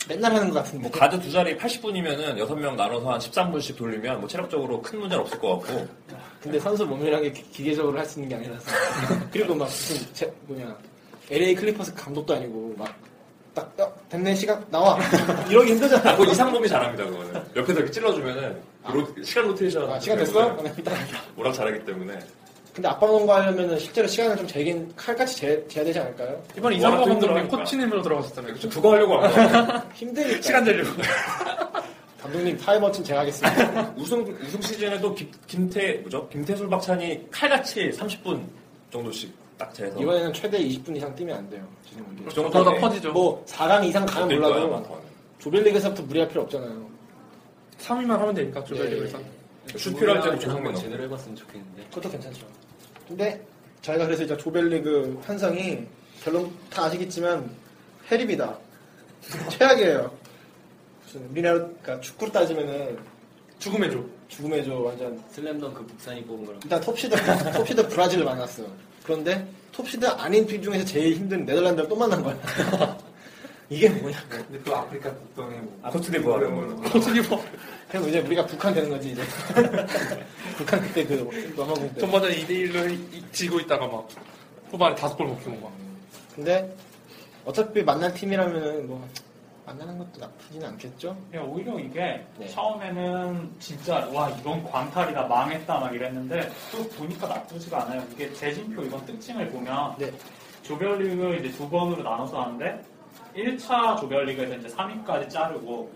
Speaker 3: 맨날 하는 것 같은데
Speaker 6: 뭐 가드 두 자리 80분이면은 6명 나눠서 한 13분씩 돌리면 뭐 체력적으로 큰 문제는 없을 것 같고
Speaker 3: 근데 선수 몸이라는 게 기- 기계적으로 할 수 있는 게 아니라서 [LAUGHS] 그리고 막 무슨 제, 뭐냐 LA 클리퍼스 감독도 아니고 막딱 어, 됐네 시각 나와 이러기
Speaker 6: 아,
Speaker 3: 힘들잖아
Speaker 6: 그거 이상범이 잘합니다, 그거는. 옆에서 이렇게 찔러주면은 로- 시간 로테이션.
Speaker 3: 아,
Speaker 6: [LAUGHS]
Speaker 3: 시간 됐어?
Speaker 6: 때문에 워낙 잘하기 때문에.
Speaker 3: 근데 압박농구 하려면 실제로 시간을 좀 재긴 칼같이 재, 재야 되지 않을까요?
Speaker 8: 이번
Speaker 6: 워낙
Speaker 8: 이상범 감독이
Speaker 6: 힘들어하니까.
Speaker 8: 코치님으로 들어가셨잖아요.
Speaker 6: 좀 그거 하려고 한 거야.
Speaker 3: 힘드니까
Speaker 6: 시간 되려고.
Speaker 3: [LAUGHS] 감독님 타이머 좀
Speaker 6: [LAUGHS]
Speaker 3: 제가 하겠습니다
Speaker 6: [LAUGHS] 우승, 우승 시즌에도 김, 김태, 뭐죠? 김태술 박찬이 칼같이 30분 정도씩 딱 재서.
Speaker 3: 이번에는 최대 20분 이상 뛰면 안 돼요 지금 이게.
Speaker 6: 그
Speaker 8: 더
Speaker 6: 정도는
Speaker 8: 더 커지죠.
Speaker 3: 뭐 4강 이상
Speaker 6: 안
Speaker 3: 가면
Speaker 6: 될 거야, 아마
Speaker 3: 몰라도
Speaker 6: 더는.
Speaker 3: 조별리그에서부터 무리할 필요 없잖아요
Speaker 8: 3위만 하면 되니까 조별리그에서.
Speaker 3: 예.
Speaker 6: 슈필할 때도
Speaker 5: 좀
Speaker 6: 조성민
Speaker 5: 한번 제대로 해봤으면 좋겠는데.
Speaker 3: 그것도 괜찮죠. 근데 저희가 그래서 이제 조별리그 편성이 결론 다 아시겠지만 해립이다. 최악이에요. 무슨 우리나라 그러니까 축구로 따지면은
Speaker 8: 죽음의 조.
Speaker 3: 죽음의 조 완전
Speaker 5: 슬램덩크 북산이 뽑은 거랑
Speaker 3: 일단 톱시드 [LAUGHS] 톱시드 브라질을 만났어. 그런데 톱시드 아닌 팀 중에서 제일 힘든 네덜란드를 또 만난 거야. [LAUGHS] 이게 뭐냐?
Speaker 7: 근데 또 아프리카 국경에 뭐
Speaker 6: 코트디부아 이런 걸로.
Speaker 8: 코치님은
Speaker 3: 그래서 이제 우리가 북한 되는 거지 이제. [LAUGHS] 북한 그때 그 남아공 때.
Speaker 8: 전반전 2대1로 지고 있다가 막 후반에 다섯 골 먹히고 막.
Speaker 6: 음.
Speaker 3: 근데 어차피 만날 팀이라면은 뭐 만나는 것도 나쁘진 않겠죠.
Speaker 4: 그냥 오히려 이게
Speaker 3: 네.
Speaker 4: 처음에는 진짜 와 이건 광탈이다 망했다 막 이랬는데 또 보니까 나쁘지가 않아요. 이게 재진표 이번 특징을 보면
Speaker 3: 네.
Speaker 4: 조별리그 이제 두 번으로 나눠서 하는데 1차 조별리그에서 이제 3위까지 자르고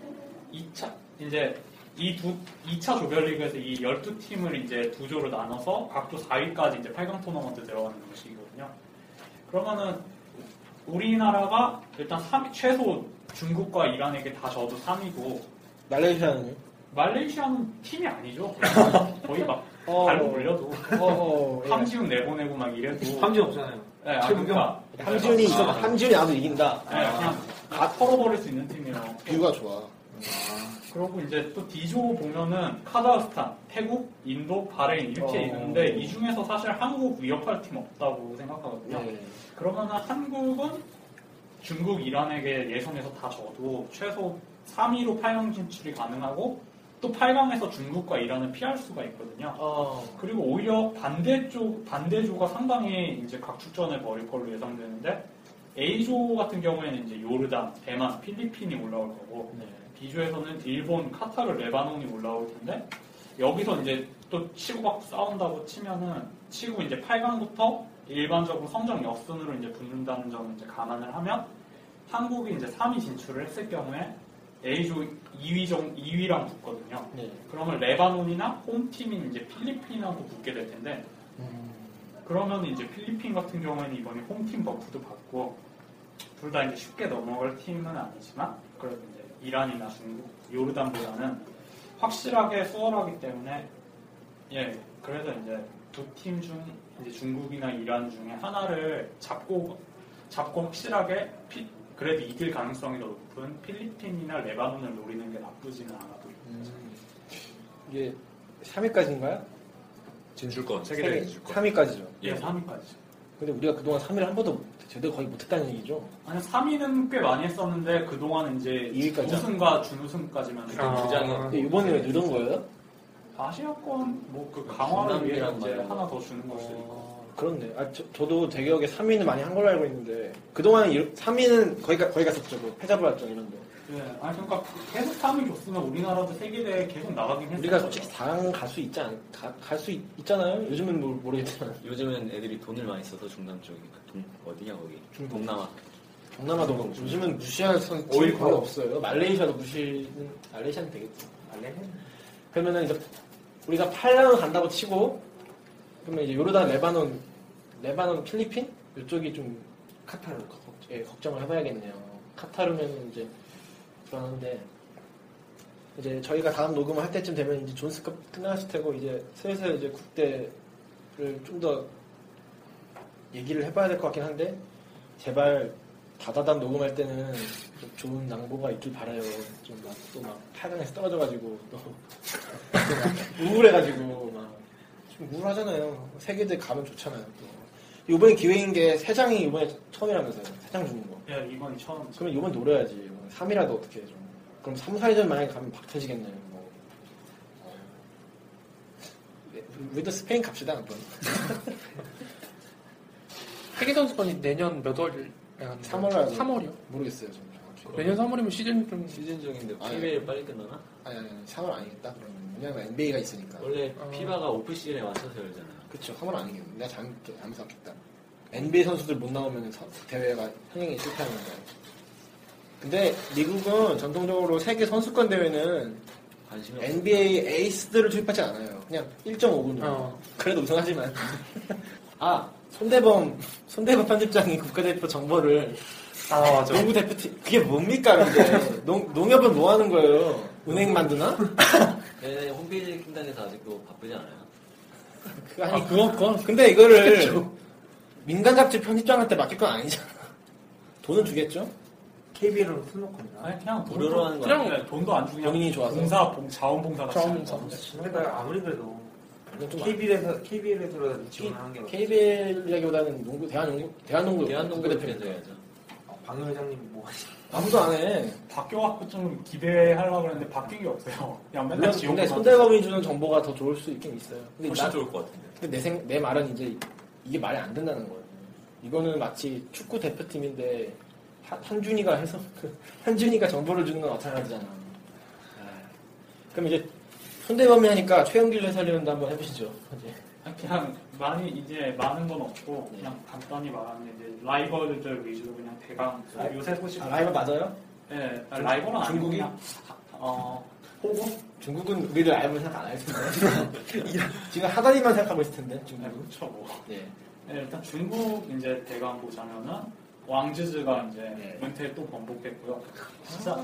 Speaker 4: 2차 이제 이 두, 2차 조별리그에서 이 12팀을 이제 두 조로 나눠서 각조 4위까지 이제 8강 토너먼트 들어가는 방식이거든요. 그러면은 우리나라가 일단 3위, 최소 중국과 이란에게 다 져도 3위고
Speaker 3: 말레이시아는요?
Speaker 4: 말레이시아는 팀이 아니죠. 거의 막
Speaker 3: 어.
Speaker 4: 발로 올려도
Speaker 3: 어,
Speaker 4: 함지훈 내보내고 막 이래도
Speaker 7: 함지 없잖아요.
Speaker 4: 네, 아,
Speaker 7: 최문경.
Speaker 4: 그러니까
Speaker 3: [LAUGHS] 함준이 있어. 함준이 나도 이긴다.
Speaker 4: 네, 그냥 다 털어버릴 수 있는 팀이에요.
Speaker 3: 뷰가 좋아.
Speaker 4: 그러고 이제 또 D조 보면은 카자흐스탄, 태국, 인도, 바레인 이렇게
Speaker 3: 어.
Speaker 4: 있는데 이 중에서 사실 한국 위협할 팀 없다고
Speaker 6: 네.
Speaker 4: 생각하거든요.
Speaker 5: 네.
Speaker 4: 그러면 한국은 중국, 이란에게 예선에서 다 져도 최소 3위로 8강 진출이 가능하고 또 8강에서 중국과 이란을 피할 수가 있거든요. 그리고 오히려 반대쪽 반대조가 상당히 이제 각축전을 벌일 걸로 예상되는데 A조 같은 경우에는 이제 요르단, 대만, 필리핀이 올라올 거고 B조에서는 일본, 카타르, 레바논이 올라올 텐데 여기서 이제 또 치고받고 싸운다고 치면은 치고 이제 8강부터 일반적으로 성적 역순으로 이제 붙는다는 점을 이제 감안을 하면 한국이 이제 3위 진출을 했을 경우에 A조 2위 정 2위랑 붙거든요. 그러면 레바논이나 홈팀인 이제 필리핀하고 붙게 될 텐데
Speaker 3: 음.
Speaker 4: 그러면 이제 필리핀 같은 경우에는 이번에 홈팀 버프도 받고 둘 다 이제 쉽게 넘어갈 팀은 아니지만 그래도 이제 이란이나 중국, 요르단보다는 확실하게 수월하기 때문에 예 그래서 이제 두 팀 중 이제 중국이나 이란 중에 하나를 잡고 잡고 확실하게 피- 그래도 이길 가능성이 더 높은 필리핀이나 레바논을 노리는 게 나쁘지는 않아도
Speaker 3: 이게 3위까지인가요?
Speaker 6: 진출권, 세계대회 진출권.
Speaker 3: 3위까지죠.
Speaker 6: 예.
Speaker 4: 3위까지.
Speaker 3: 근데 우리가 그동안 3위를 한 번도 제대로 거의 못했다는 얘기죠.
Speaker 4: 아니 3위는 꽤 많이 했었는데 그동안 이제
Speaker 3: 2위까지
Speaker 4: 우승과 준우승까지만
Speaker 3: 아. 근데 이번에 왜 누른 거예요?
Speaker 4: 아시아권 뭐 그 강화를 위해
Speaker 3: 중남미란
Speaker 4: 이제
Speaker 3: 말이야.
Speaker 4: 하나 더 주는
Speaker 3: 어.
Speaker 4: 걸 수도 있고
Speaker 3: 그렇네. 아, 저, 저도 대기업에 3위는 많이 한 걸로 알고 있는데 그동안 3위는 거의, 가- 거의 갔었죠. 뭐 패자부활전 이런 거.
Speaker 4: 예, 아니 그러니까 계속 3위 줬으면 우리나라도 세계대회 계속 나가긴 했을
Speaker 3: 우리가
Speaker 4: 거예요
Speaker 3: 솔직히 4강 갈수 있지 않, 갈 수 있잖아요? 요즘은 뭐- 모르겠지만.
Speaker 5: 요즘엔 애들이 돈을 많이 써서 중남 쪽이 동, 어디냐 거기
Speaker 3: 중동.
Speaker 5: 동남아
Speaker 3: 동남아도 그렇고. 요즘은 무시할 선,
Speaker 5: 오일
Speaker 3: 오일 거의 없어요. 말레이시아도 무시는, 말레이시아는 되겠죠. 그러면은 이제 우리가 8라운 간다고 치고 그러면 이제 요르단, 레바논, 레바논, 필리핀 이쪽이 좀 카타르 걱- 예, 걱정을 해봐야겠네요. 카타르면 이제 불안한데 이제 저희가 다음 녹음을 할 때쯤 되면 이제 존스컵 끝났을 테고 이제 슬슬 이제 국대를 좀 더 얘기를 해봐야 될 것 같긴 한데 제발 다다단 녹음할 때는 좀 좋은 낭보가 있길 바라요. 좀 막 또 막 타당에서 떨어져가지고 또 [LAUGHS] 우울해가지고 막 좀 우울하잖아요. 세계대 가면 좋잖아요. 또 이번에 기회인 게 세 장이 이번에 처음이라면서요. 세 장 주는 거.
Speaker 4: 예, 이번이 처음
Speaker 3: 그러면 이번 노려야지. 3이라도 어떻게 해 좀. 그럼 3, 4위전 만약에 가면 박 터지겠네요. 뭐. 어. 네, 우리도 스페인 갑시다 한번.
Speaker 8: 세계 선수권이 내년 몇 월에 하는
Speaker 3: 3월 날
Speaker 8: 3월이요? 네.
Speaker 3: 모르겠어요. 저는 정확히.
Speaker 8: 내년 3월이면 시즌 좀
Speaker 5: 시즌 중인데
Speaker 3: 아니. 네.
Speaker 5: PBA를 빨리 끝나나?
Speaker 3: 아니, 아니, 아니 3월 아니겠다. 그러면. 왜냐면 NBA가 있으니까.
Speaker 5: 원래
Speaker 8: 어.
Speaker 5: 피바가 오프 시즌에 맞춰서 열잖아.
Speaker 3: 그쵸, 3월 아니겠네. 내가 잘못, 잘못 샀겠다. NBA 선수들 못 나오면 서- 대회가 흥행이 실패하는 거야. 근데 미국은 전통적으로 세계 선수권 대회는
Speaker 5: 관심이
Speaker 8: 그렇죠.
Speaker 5: 없어.
Speaker 3: NBA 에이스들을 투입하지 않아요. 그냥 1.5군 정도.
Speaker 8: 어.
Speaker 3: 그래도 우승하지만. [LAUGHS] 아, 손대범, 손대범 편집장이 국가대표 정보를
Speaker 8: 아 맞아
Speaker 3: 농구 대표팀, 그게 뭡니까, 근데. 농, 농협은 뭐 하는 거예요? 은행 만드나?
Speaker 5: 얘네 홈페이지 팀단에서 아직도 바쁘지 않아요.
Speaker 3: 그, 아니, 그거, 그거. 근데 이거를 민간 잡지 편집장한테 맡길 건 아니잖아. 돈은 주겠죠?
Speaker 7: KBL로 수록합니다.
Speaker 4: 아니 그냥 돈도-
Speaker 5: 무료로 하는 거
Speaker 4: 그냥 돈도 안 주고 그냥
Speaker 3: 본인이 좋아서.
Speaker 4: 봉사 봉 자원봉사 같이 하는
Speaker 8: 자원봉사.
Speaker 4: 거.
Speaker 7: 근데 아무리 그래도
Speaker 3: 이건 좀
Speaker 7: KBL에서 KBL에서라도 지원하는 게 맞-
Speaker 3: KBL이라기보다는 농구, 대한농구, 대한농구,
Speaker 5: 대한농구 대표에서
Speaker 3: 대표인데.
Speaker 5: 해야죠.
Speaker 7: 어, 방 회장님이 뭐
Speaker 3: 아무도 안 해.
Speaker 4: 바뀌어갖고 좀 기대하려고 했는데 바뀐 게 없어요 그냥 맨날
Speaker 3: 물론
Speaker 4: 지옥만
Speaker 3: 근데 손대범이 주는 정보가 더 좋을 수 있긴 있어요. 근데,
Speaker 6: 훨씬
Speaker 3: 나-
Speaker 6: 좋을 것 같은데.
Speaker 3: 근데 내, 생, 내 말은 이제 이게 말이 안 된다는 거예요. 이거는 마치 축구 대표팀인데 한- 한준이가 해서 그 [LAUGHS] 한준이가 정보를 주는 건 마찬가지잖아. 아, 그럼 이제 손대범이 하니까 최영길 해설위원도 한번 해보시죠. 이제.
Speaker 4: 그냥 많이 이제 많은 건 없고
Speaker 3: 네.
Speaker 4: 그냥 간단히 말하면 이제 라이벌들 위주로 그냥 대강
Speaker 3: 아,
Speaker 4: 요새 소식
Speaker 3: 아, 라이벌 맞아요?
Speaker 4: 예 아, 라이벌은 아니고
Speaker 3: 중국이?
Speaker 4: 그냥 어 호구
Speaker 3: 중국은 우리를 라이벌 생각 안 할 [LAUGHS] 텐데. 이런- 지금 하다리만 생각하고 있을 텐데
Speaker 4: 네,
Speaker 3: 중국은.
Speaker 4: 그렇죠 뭐
Speaker 3: 예.
Speaker 4: 네, 일단 중국 이제 대강 보자면은 왕즈즈가 이제
Speaker 3: 네.
Speaker 4: 은퇴 또 번복했고요. 진짜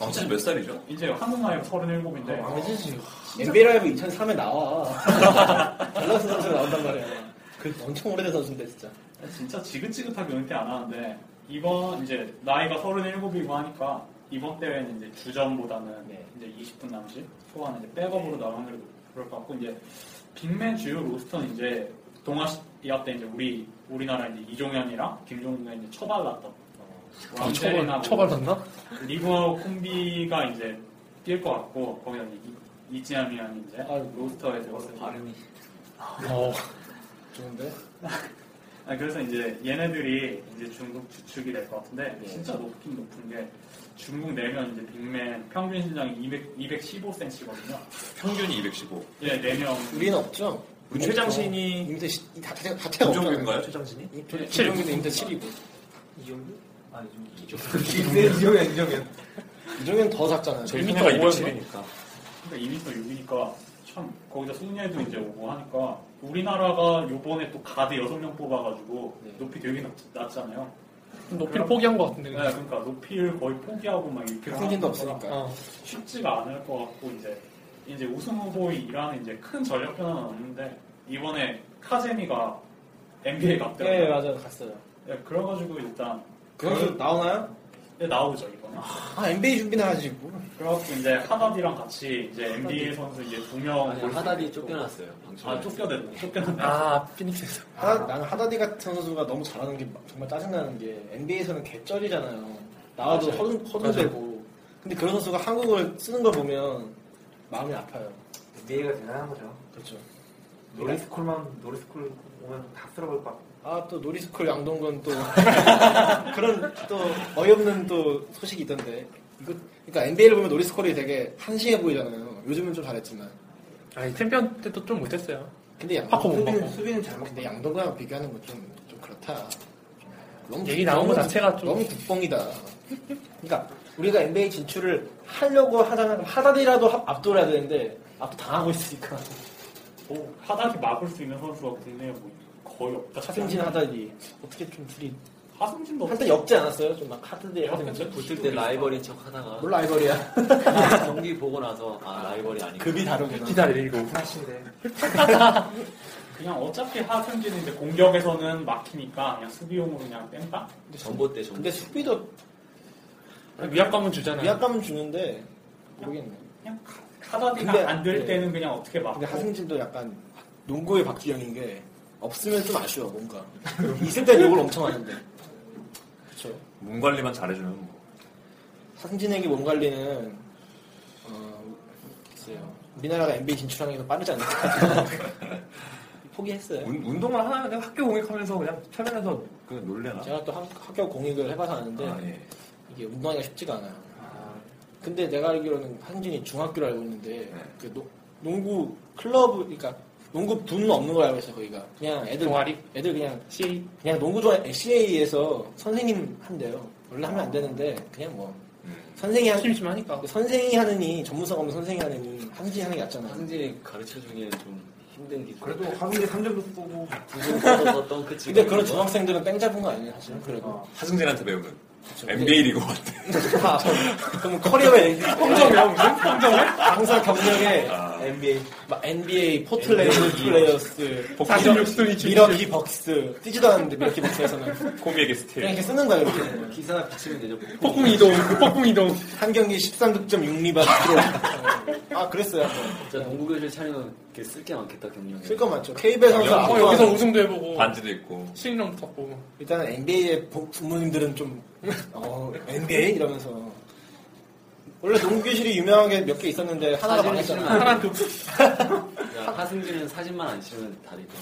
Speaker 6: 왕자씨 몇 살이죠?
Speaker 4: 이제 한국 나이로 37인데
Speaker 3: 아, 왕지지. NBA 네. 라이브 2003에 나와. [LAUGHS] 밸런스 선수가 나온단 말이야. 그 엄청 오래된 선수인데 진짜.
Speaker 4: 아, 진짜 지긋지긋하게 은퇴 안 하는데 이번 이제 나이가 37이고 하니까 이번 대회는 이제 주전보다는
Speaker 3: 네.
Speaker 4: 이제 20분 남짓 소화는 이제 백업으로 나가는 게 그럴 것 같고 이제 빅맨 주요 로스터는 이제 동아시아 때 이제 우리 우리나라 이제 이종현이랑 김종국이 이제 처발랐던 어, 왕재리나
Speaker 8: 아, 처벌받나?
Speaker 4: 리버 콤비가 이제 뛸 것 같고 거기다 이제 이- 이지함이랑 이제
Speaker 3: 아이고. 어.
Speaker 4: 로스터에 들어서 발음이
Speaker 3: 좋은데?
Speaker 4: 아, 그래서 이제 얘네들이 이제 중국 주축이 될 것
Speaker 6: 네.
Speaker 4: 같은데 진짜 높긴 높은 게 중국 내면 이제 빅맨 평균 신장이 200, 215cm거든요.
Speaker 6: 평균이 215.
Speaker 4: 예, 4명.
Speaker 3: 우리는 없죠.
Speaker 6: 그 최장신이
Speaker 3: 임대 시, 다, 다, 다 태가
Speaker 6: 김종규인가요, 최장신이?
Speaker 3: 최종규는 임대 7이고.
Speaker 7: 이종규? 아니 이종규.
Speaker 3: 이종현, 이종현. 이종현 더 작잖아요. 어.
Speaker 6: 제일 밑에가 207이니까.
Speaker 4: 그러니까 2m 6이니까 참 거기다 승리에도 이제 오고 하니까 우리나라가 요번에 또 가드 6명 뽑아가지고
Speaker 6: 네.
Speaker 4: 높이 되게 낮, 잖아요
Speaker 8: 높이를 포기한 것 같은데.
Speaker 4: 네, 그러니까 높이를 거의 포기하고 막 이렇게
Speaker 3: 백승진도
Speaker 4: 하는 거라
Speaker 3: 그 없으니까.
Speaker 4: 쉽지가 않을 것 같고 이제 이제 우승 후보이라는 이제 큰 전력 변화는 없는데 이번에 카제미가 NBA
Speaker 3: 예,
Speaker 4: 갔대요.
Speaker 3: 맞아요. 갔어요.
Speaker 4: 네, 그래가지고 일단
Speaker 3: 그럼 나오나요?
Speaker 4: 네, 나오죠 이번에.
Speaker 3: 아, NBA 준비나 하지, 뭐.
Speaker 4: 그래갖고 이제 하다디랑 같이 이제 NBA 선수 이제 두명
Speaker 5: 아니, 하다디 쫓겨났어요. 방청에.
Speaker 4: 아 쫓겨냈네. 쫓겨났네.
Speaker 8: 아, 피닉스에서.
Speaker 3: 하, 나는 하다디 같은 선수가 너무 잘하는 게 막- 정말 짜증나는 게 NBA에서는 개쩔이잖아요. 나와도 허둥, 허둥대고. 근데 그런 선수가 한국을 쓰는 걸 보면 마음이 아파요.
Speaker 7: NBA가 대단한 거죠.
Speaker 3: 그렇죠.
Speaker 7: 노리스쿨만 노리스쿨 오면 다 쓸어볼 것 같고.
Speaker 3: 아, 또 노리스쿨 양동건 또. [LAUGHS] 그런 또 어이없는 또 소식이 있던데. 이거, 그러니까 NBA를 보면 노리스쿨이 되게 한심해 보이잖아요. 요즘은 좀 잘했지만.
Speaker 8: 아니, 챔피언 때도 좀 못했어요.
Speaker 3: 근데
Speaker 8: 바꿔 못
Speaker 3: 양동건,
Speaker 8: 바꿔.
Speaker 7: 수비는 수비는 잘 먹.
Speaker 3: 근데 양동건하고 비교하는 건 좀, 좀 그렇다. 너무
Speaker 8: 얘기 나온 거
Speaker 3: 너무
Speaker 8: 자체가 좀-
Speaker 3: 너무 국뽕이다. 그러니까 우리가 NBA 진출을 하려고 하잖아. 하다리라도 압도를 해야 되는데 압도 당하고 있으니까.
Speaker 8: [LAUGHS]
Speaker 4: 뭐 하다디 막을 수 있는 선수가 국내에 뭐 거의 없다.
Speaker 3: 차승진 하다리 어떻게 좀 둘이
Speaker 4: 하승진도 없-
Speaker 3: 한때 엮지 않았어요? 좀 막 하드리 하드리.
Speaker 5: 붙을 때 라이벌인 척 하다가
Speaker 3: [LAUGHS] 뭘 라이벌이야?
Speaker 5: 경기 보고 나서 아 라이벌이 아니고
Speaker 3: 급이 다르구나.
Speaker 8: 기다리고.
Speaker 7: 사실인데.
Speaker 4: 그냥 어차피 하승진은 이제 공격에서는 막히니까 그냥 수비용으로 그냥 뺀다.
Speaker 5: 전보 때 전보
Speaker 3: 근데 수비도
Speaker 8: 위압감은 주잖아요.
Speaker 3: 위압감은 주는데 모르겠네.
Speaker 4: 그냥 하- 하다디가
Speaker 3: 근데-
Speaker 4: 안 될
Speaker 3: 네.
Speaker 4: 때는 그냥 어떻게 막고.
Speaker 3: 근데 하승진도 약간 농구의 박주영인 게 없으면 좀 아쉬워 뭔가. 있을 때 욕을 엄청 하는데. 그렇죠.
Speaker 6: 몸 관리만 잘해주면 뭐.
Speaker 3: 사진에게 몸 관리는 어, 글쎄요. 우리나라가 NBA 진출하는 게 더 빠르지 [LAUGHS] 않을까 포기했어요.
Speaker 6: 운- 운동을 하나 내가 학교 공익하면서 그냥 최면에서 그 놀래라.
Speaker 3: 제가 또 학- 학교 공익을 해봐서 아는데
Speaker 6: 아, 예.
Speaker 3: 이게 운동하기가 쉽지가 않아요. 근데 내가 알기로는 한진이 중학교로 알고 있는데
Speaker 5: 네.
Speaker 3: 그 노- 농구 클럽 그러니까 농구 부는 없는 걸 알고 있어요 거기가 그냥 애들
Speaker 8: 동아리?
Speaker 3: 애들 그냥
Speaker 8: CA.
Speaker 3: 그냥 농구 좋아 CA에서 선생님 한대요 원래 하면 안 되는데 그냥 뭐
Speaker 5: 음.
Speaker 3: 선생이 한
Speaker 8: 심심하니까.
Speaker 3: 선생이 하느니 전문성 없는 선생이 하느니 한진이 하는 게 낫잖아.
Speaker 5: 상진이 가르쳐 주기에는 좀 힘든 기술
Speaker 7: 그래도 한국에 3점도 쏘고.
Speaker 5: 부분에서 덩크 치고
Speaker 3: 근데 그런 중학생들은 땡 잡은 거 아니에요, 사실? 그래도.
Speaker 6: 그렇죠.
Speaker 5: 어.
Speaker 6: 하승진한테 배우는 NBA 리그
Speaker 5: 네,
Speaker 6: 같아.
Speaker 3: 아, 그럼 커리어에 경정이야 무슨 경정을? 항상 경력에
Speaker 7: NBA.
Speaker 3: 막 NBA 포틀랜드 플레이어스,
Speaker 8: 46순위
Speaker 3: 미러키 벅스 뛰지도 않는데 미러키 벅스에서는
Speaker 6: 코미에게
Speaker 3: 그냥
Speaker 6: 스틸.
Speaker 3: 이렇게 쓰는 거야 이렇게
Speaker 5: 기사 비치면 되죠
Speaker 8: 폭풍 이동, 폭풍 이동.
Speaker 3: 한 경기 13득점 6리바운드. 아 그랬어요.
Speaker 5: 진짜 농구 교실 차리면 이렇게 쓸 게 많겠다 경력에
Speaker 3: 쓸 거 맞죠. KBL
Speaker 7: 아,
Speaker 3: 선수
Speaker 6: 야,
Speaker 8: 어,
Speaker 3: 앞서
Speaker 8: 여기서 우승도 해보고.
Speaker 6: 반지도 있고.
Speaker 8: 신인왕도 탔고.
Speaker 3: 일단 NBA의 부모님들은 좀, 어, NBA? 이러면서. 원래 농구교실이 유명한 게 몇 개 있었는데 하나가
Speaker 5: 사진을
Speaker 3: 망했잖아.
Speaker 5: 싫으면
Speaker 8: 하나 그
Speaker 5: 야, 하승진은 사진만 안 치면 다리 돼.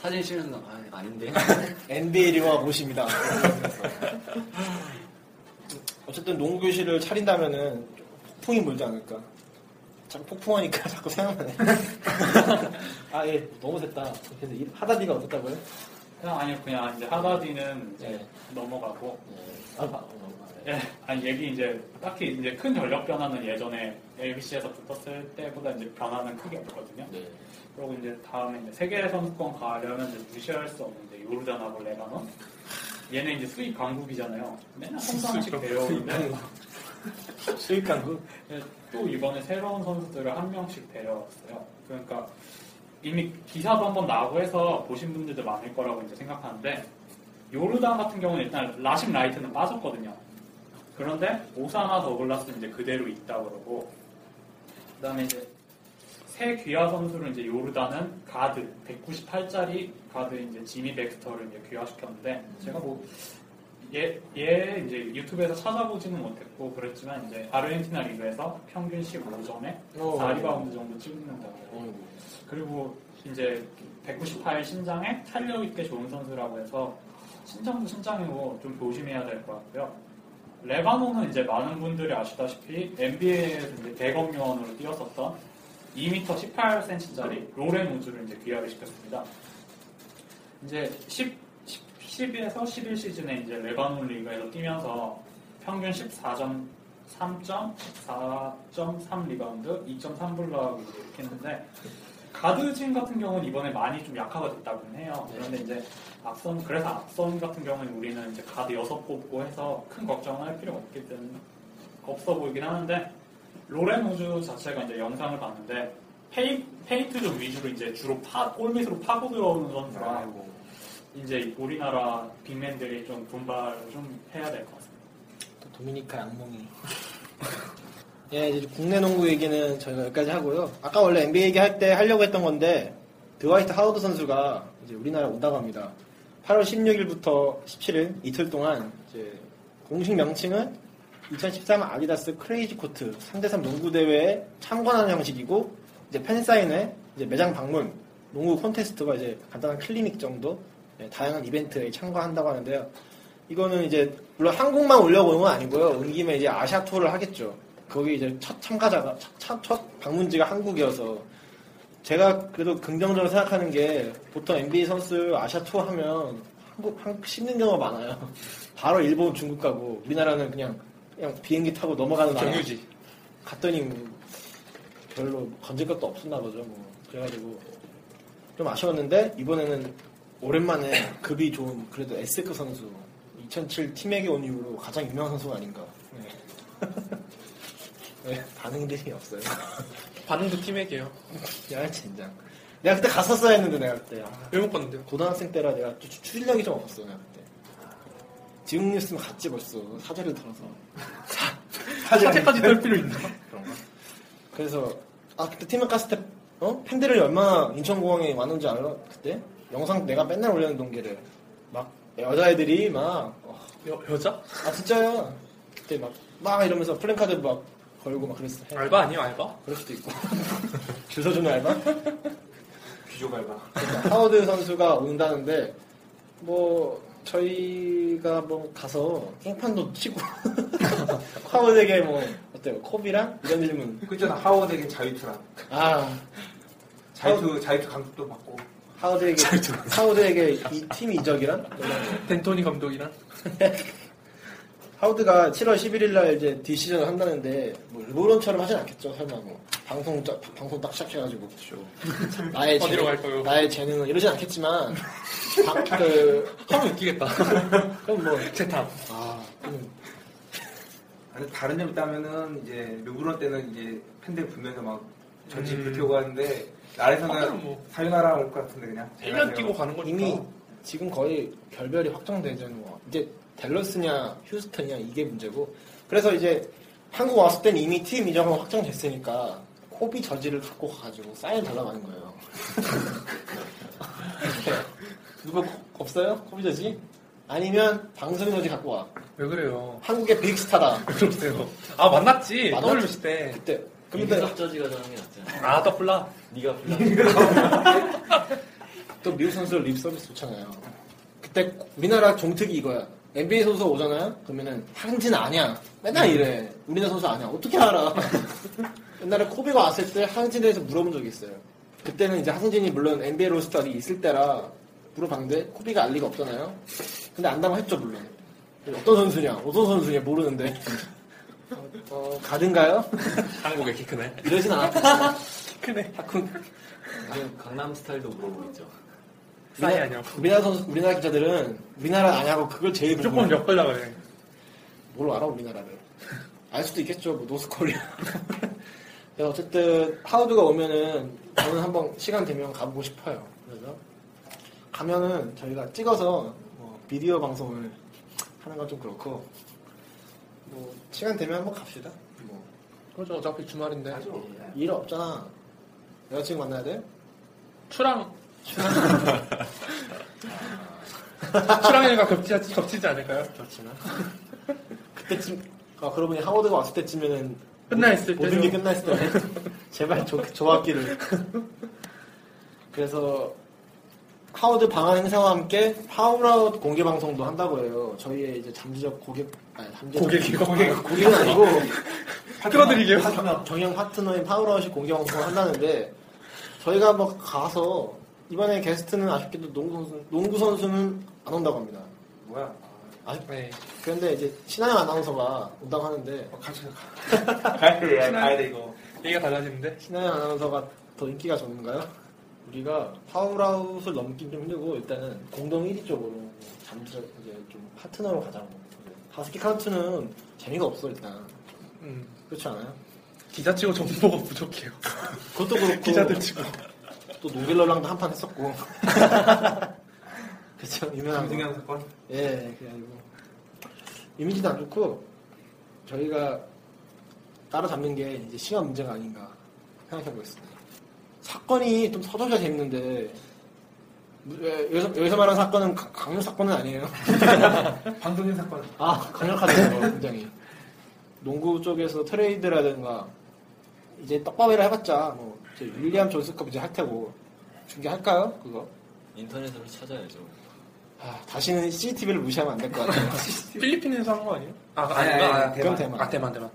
Speaker 5: 사진 치는 건 아, 아닌데
Speaker 3: NBA 리와 모십니다. 어쨌든 농구교실을 차린다면은 폭풍이 몰지 않을까. 자꾸 폭풍하니까 [LAUGHS] 자꾸 생각나네. 아, 예, 너무 됐다. 그래서 이- 하다비가 어떻다고요?
Speaker 4: 그냥 아니요 그냥 이제 하다디는 이제
Speaker 3: 네.
Speaker 4: 넘어가고.
Speaker 3: 아, 아, 어,
Speaker 5: 네.
Speaker 4: 예, 아니 얘기 이제 딱히 이제 큰 전력 변화는 예전에 ABC에서 붙었을 때보다 이제 변화는 크게 없거든요.
Speaker 3: 네.
Speaker 4: 그리고 이제 다음에 이제 세계 선수권 가려면 이제 무시할 수 없는 이제 요르단하고 레바논. 얘네 이제 수입 강국이잖아요.
Speaker 3: [LAUGHS]
Speaker 4: 맨날
Speaker 3: 그렇죠.
Speaker 4: 성장씩
Speaker 3: 그러니까
Speaker 4: 배우는데
Speaker 3: 수익 강국?
Speaker 4: 예, 또 이번에 새로운 선수들을 한 명씩 데려왔어요. 그러니까 이미 기사도 한번 나오고 해서 보신 분들도 많을 거라고 이제 생각하는데 요르단 같은 경우는 일단 라심 라이트는 빠졌거든요. 그런데 오사나 더글라스는 이제 그대로 있다 그러고 그다음에 이제 새 귀화 선수를 이제 요르단은 가드 198짜리 가드 이제 지미 벡스터를 이제 귀화시켰는데 제가 뭐 얘, 얘 이제 유튜브에서 찾아보지는 못했고 그랬지만 이제 아르헨티나 리그에서 평균 15점에
Speaker 3: 어.
Speaker 4: 4리바운드 정도 찍는다고
Speaker 3: 어이구.
Speaker 4: 그리고 이제 198 신장에 탄력 있게 좋은 선수라고 해서 신장도 신장이고 좀 조심해야 될 것 같고요. 레바논은 이제 많은 분들이 아시다시피 NBA에서 이제 대검 요원으로 뛰었었던 2m 18cm짜리 로렌 우즈를 이제 귀화를 시켰습니다. 이제 10, 10, 12에서 11 시즌에 이제 레바논 리그에서 뛰면서 평균 14.3점, 14.3 리바운드, 2.3 블럭 이렇게 했는데 가드진 같은 경우는 이번에 많이 좀 약화가 됐다고 해요.
Speaker 8: 네.
Speaker 4: 그런데 이제 앞선 그래서 앞선 같은 경우는 우리는 이제 가드 여섯 뽑고 해서 큰 걱정을 할 필요가 없기 때문에 없어 보이긴 하는데 로렌 우주 자체가 이제 영상을 봤는데 페이, 페인트 좀 위주로 이제 주로 파, 골밑으로 파고 들어오는 선수라 이제 우리나라 빅맨들이 좀 분발을 좀 해야 될 것 같습니다.
Speaker 3: 또 도미니카 양몽이. [LAUGHS] 예, 이제 국내 농구 얘기는 저희가 여기까지 하고요. 아까 원래 NBA 얘기할 때 하려고 했던 건데 드와이트 하워드 선수가 이제 우리나라 온다고 합니다. 8월 16일부터 17일 이틀 동안 이제 공식 명칭은 2013 아디다스 크레이지 코트 3대3 농구 대회에 참관하는 형식이고 이제 팬 사인회, 이제 매장 방문, 농구 콘테스트와 이제 간단한 클리닉 정도 예, 다양한 이벤트에 참가한다고 하는데요. 이거는 이제 물론 한국만 올려보는 건 아니고요. 온 김에 이제 아시아 투어를 하겠죠. 거기 이제 첫 참가자가 첫, 첫- 첫 방문지가 한국이어서 제가 그래도 긍정적으로 생각하는 게 보통 NBA 선수 아시아 투어 하면 한국 한국 씹는 경우가 많아요. [LAUGHS] 바로 일본, 중국 가고 우리나라는 그냥 그냥 비행기 타고 넘어가는 나라.
Speaker 8: 경유지.
Speaker 3: 갔더니 뭐 별로 건질 것도 없었나 보죠. 뭐. 그래가지고 좀 아쉬웠는데 이번에는 오랜만에 급이 좋은 그래도 에세크 선수 2007 팀에게 온 이후로 가장 유명한 선수가 아닌가. [LAUGHS] 네. 네, 반응들이 없어요. [LAUGHS]
Speaker 8: 반응도 팀에게요.
Speaker 3: 야 젠장. 내가 그때 갔었어야 했는데 내가 그때 아,
Speaker 8: 왜 못 봤는데요?
Speaker 3: 고등학생 때라 내가 좀 추- 추진력이 좀 없었어 내가 그때. 지금 뉴스는 갔지 벌써 사제를 털어서.
Speaker 8: 사태까지 될 필요 있나?
Speaker 3: 그런가? 그래서 아 그때 팀에 갔을 때 어? 팬들이 얼마나 인천공항에 왔는지 알아? 그때 영상 내가 맨날 올리는 동기를 막 여자애들이 막 아
Speaker 8: 여, 여자?
Speaker 3: 진짜야 그때 막 막 이러면서 플랜카드 막 걸고 막 그랬어
Speaker 8: 알바 아니에요, 알바?
Speaker 3: 그럴 수도 있고 [LAUGHS] 줄 서주는 알바
Speaker 7: 귀족 알바.
Speaker 3: 하워드 선수가 온다는데 뭐 저희가 뭐 가서 깽판도 치고 [LAUGHS] 하워드에게 뭐 어때요 코비랑 이런 질문
Speaker 7: 그잖아 하워드에게 자유투랑
Speaker 3: 아
Speaker 7: 자유투 자유투 강습도 받고
Speaker 3: 하우드에게 하우드에게 이팀 이적이란
Speaker 8: 덴토니 감독이랑?
Speaker 3: 하우드가 7월 11일 날 이제 디시전을 한다는데 뭐 르브론처럼 하진 않겠죠 설마 뭐 방송 짜- 방송 딱 시작해가지고 참, 나의
Speaker 8: 어디로
Speaker 3: 재능,
Speaker 8: 갈까요?
Speaker 3: 나의 재능은 이러진 않겠지만 방, 그,
Speaker 8: 하면 웃기겠다. [LAUGHS]
Speaker 3: 그럼 뭐
Speaker 8: 재탕.
Speaker 3: 아, 음,
Speaker 7: 아니, 다른 점 있다면은 이제 르브론 때는 이제 팬들 보면서 막 전지 불태우고 하는데
Speaker 8: 음. 아까는
Speaker 7: 나에서는
Speaker 8: 뭐.
Speaker 7: 사유나라 올 것 같은데 그냥
Speaker 8: 1년 끼고 가는 거니까.
Speaker 3: 이미 지금 거의 결별이 확정되지 않은 거 이제 댈러스냐 휴스턴이냐 이게 문제고 그래서 이제 한국 왔을 땐 이미 팀 이적은 확정됐으니까 코비 저지를 갖고 가가지고 사인 달라고 하는 거예요 [LAUGHS] 누가 코- 없어요? 코비 저지? 아니면 방송 저지 갖고 와
Speaker 8: 왜 그래요? [LAUGHS]
Speaker 3: 한국의 빅스타다
Speaker 8: 그러세요. 아, 만났지.
Speaker 3: 만났지.
Speaker 8: WBC 때.
Speaker 3: 그때 근데
Speaker 5: 근데 저지가 하는 게 낫잖아.
Speaker 8: 아, 더플라.
Speaker 5: 네가 불러.
Speaker 3: 또 미국 선수 립 서비스 좋잖아요. 그때 우리나라 종특이 이거야. NBA 선수 오잖아요? 그러면은 한진 아냐. 맨날 이래. 우리나라 선수 아냐. 어떻게 알아? [LAUGHS] 옛날에 코비가 왔을 때 한진에 대해서 물어본 적이 있어요. 그때는 이제 한진이 물론 NBA 로스터이 있을 때라 물어봤는데 코비가 알 리가 없잖아요. 근데 안다고 했죠 물론. 어떤 선수냐, 어떤 선수냐 모르는데. [LAUGHS] 어, 어, 가든가요? [LAUGHS]
Speaker 8: 한국의 키 크네.
Speaker 3: 이러진 않았고.
Speaker 8: 크네.
Speaker 5: 지금 강남 스타일도 물어보겠죠.
Speaker 8: 싸이 아니야.
Speaker 3: 우리나라 선수, 우리나라 기자들은 우리나라 아냐고 그걸 제일
Speaker 8: 조금
Speaker 3: 궁금해.
Speaker 8: 엮으려 그래.
Speaker 3: 뭘 알아 우리나라를 알 수도 있겠죠 뭐 노스코리아 [LAUGHS] 그래서 어쨌든 하우드가 오면은 저는 한번 시간 되면 가보고 싶어요 그래서 가면은 저희가 찍어서 뭐 비디오 방송을 하는 건 좀 그렇고 뭐 시간 되면 한번 갑시다 뭐
Speaker 8: 그렇죠. 어차피 주말인데.
Speaker 3: 일 없잖아 여자친구 만나야 돼?
Speaker 8: 추랑. 추랑이가 겹치지, 겹치지 않을까요?
Speaker 3: 그렇지나 그때쯤 아 그러고 보니 하워드가 왔을 때쯤에는
Speaker 8: 끝나 있을 때
Speaker 3: 모든 게 [LAUGHS]
Speaker 8: 좀-
Speaker 3: 끝나 있을 때 제발 조, 조합기를 [LAUGHS] 그래서 하워드 방한 행사와 함께 파울아웃 공개 방송도 한다고 해요. 저희의 이제 잠재적 고객 아니 잠재적
Speaker 7: 고객이요?
Speaker 3: 고객 고객은 아니고
Speaker 7: 끌어들이게요?
Speaker 3: 파트너, 정형 파트너인 파울아웃이 공개 방송을 한다는데 저희가 한번 가서 이번에 게스트는 아쉽게도 농구 선수 농구 선수는 안 온다고 합니다.
Speaker 7: 뭐야?
Speaker 3: 아쉽.
Speaker 8: 네.
Speaker 3: 그런데 이제 신하영 아나운서가 온다고 하는데
Speaker 7: 같이 어, [LAUGHS] 가.
Speaker 8: 가야 돼,
Speaker 3: 신하영-
Speaker 8: 가야 돼, 이거. 얘기가 달라지는데?
Speaker 3: 신하영 아나운서가 더 인기가 적은가요? 우리가 파울아웃을 넘긴 좀 힘들고 일단은 공동 1위 쪽으로 잠시 이제 좀 파트너로 가자고 바스켓 카운트는 재미가 없어 일단
Speaker 8: 음.
Speaker 3: 그렇지 않아요?
Speaker 8: 기자 치고 정보가 부족해요.
Speaker 3: 그것도 그렇고
Speaker 8: 기자들 치고.
Speaker 3: 또 노길러랑도 한 판 했었고 [LAUGHS] 그쵸 유명한 거.
Speaker 7: 강승현 사건?
Speaker 3: 예 그래가지고 이미지도 안 좋고 저희가 따라잡는 게 이제 시간 문제가 아닌가 생각해보겠습니다 사건이 좀 서도시가 재밌는데 예, 여기서, 여기서 말하는 사건은 강- 강력 사건은 아니에요
Speaker 8: 네?
Speaker 7: 방송인 사건.
Speaker 3: 아, 강력하죠, [LAUGHS] 굉장히. 농구 쪽에서 트레이드라든가, 이제 떡밥이라 해봤자, 뭐, 이제 윌리엄 존스컵 이제 할 테고, 중계할까요? 그거?
Speaker 5: 인터넷으로 찾아야죠.
Speaker 3: 아, 다시는 CCTV를 무시하면 안 될 것 같아요.
Speaker 8: 필리핀에서 한 거 아니에요? 아,
Speaker 3: 아니,
Speaker 8: 아닌가?
Speaker 3: 아니,
Speaker 8: 아,
Speaker 3: 그건 대만.
Speaker 8: 아, 대만, 대만.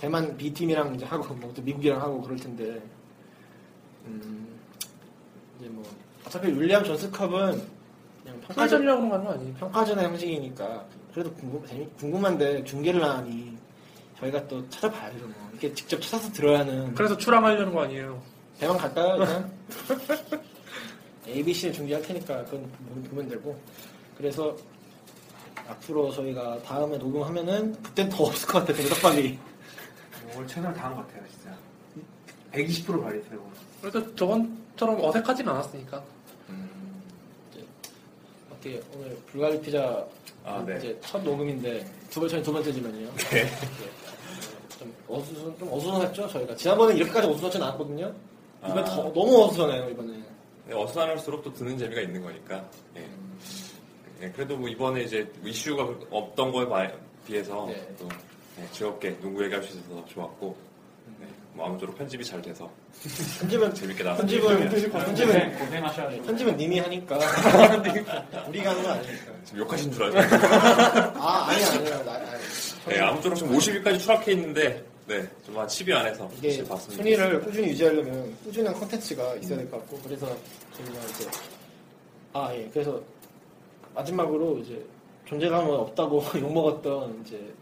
Speaker 3: 대만 B팀이랑 이제 하고, 뭐, 또 미국이랑 하고 그럴 텐데, 음, 이제 뭐, 어차피 윌리엄 존스컵은 그냥 평가전,
Speaker 8: 편집이라고 하는 거
Speaker 3: 음.
Speaker 8: 아니에요?
Speaker 3: 평가전의 형식이니까, 그래도 궁금, 재미- 궁금한데 중계를 하니, 저희가 또 찾아봐야죠, 뭐. 이렇게 직접 찾아서 들어야 하는.
Speaker 8: 그래서 출항하려는 거 아니에요?
Speaker 3: 대만 갈까요, 일단? [LAUGHS] ABC는 준비할 테니까 그건 보- 보면 되고. 그래서 앞으로 저희가 다음에 녹음하면은 그땐 더 없을 것 같아요, 대답방이.
Speaker 7: 뭐, 오늘 채널 다 한 것 같아요, 진짜. 120% 발휘했어요.
Speaker 8: 그래도 저번처럼 어색하진 않았으니까.
Speaker 3: 어떻게 오늘 불가리 피자
Speaker 6: 아, 네.
Speaker 3: 이제 첫 녹음인데 두 번째 두 번째지만요. 네. 좀 어수선 좀 어수선했죠 저희가 지난번에 이렇게까지 어수선하진 않았거든요. 이번
Speaker 6: 아.
Speaker 3: 더 너무 어수선해요 이번에.
Speaker 6: 네, 어수선할수록 또 듣는 재미가 있는 거니까. 예. 예, 그래도 뭐 이번에 이제 이슈가 없던 거에 마- 비해서
Speaker 3: 네.
Speaker 6: 또 예, 즐겁게 농구 얘기할 수 있어서 좋았고 네, 뭐 아무쪼록 편집이 잘 돼서
Speaker 3: 편집은
Speaker 6: 재밌게 나왔습니다.
Speaker 3: 아, 편집은 편집은
Speaker 4: 네, 고생, 고생하셔야 돼요.
Speaker 3: 편집은 님이 [LAUGHS] 하니까 우리가 하는 건 아니니까.
Speaker 6: 지금 욕하신 줄 알죠?
Speaker 3: 아 아니 아니야 나 아니.
Speaker 6: 네, 아무쪼록 지금 50위까지 추락해 있는데 네, 좀 한 10위 안에서
Speaker 3: 이게
Speaker 6: 사실 봤습니다.
Speaker 3: 순위를 꾸준히 유지하려면 꾸준한 컨텐츠가 있어야 될 것 같고 그래서 저희가 이제 아예 그래서 마지막으로 이제 존재감은 없다고 [LAUGHS] 욕 먹었던 이제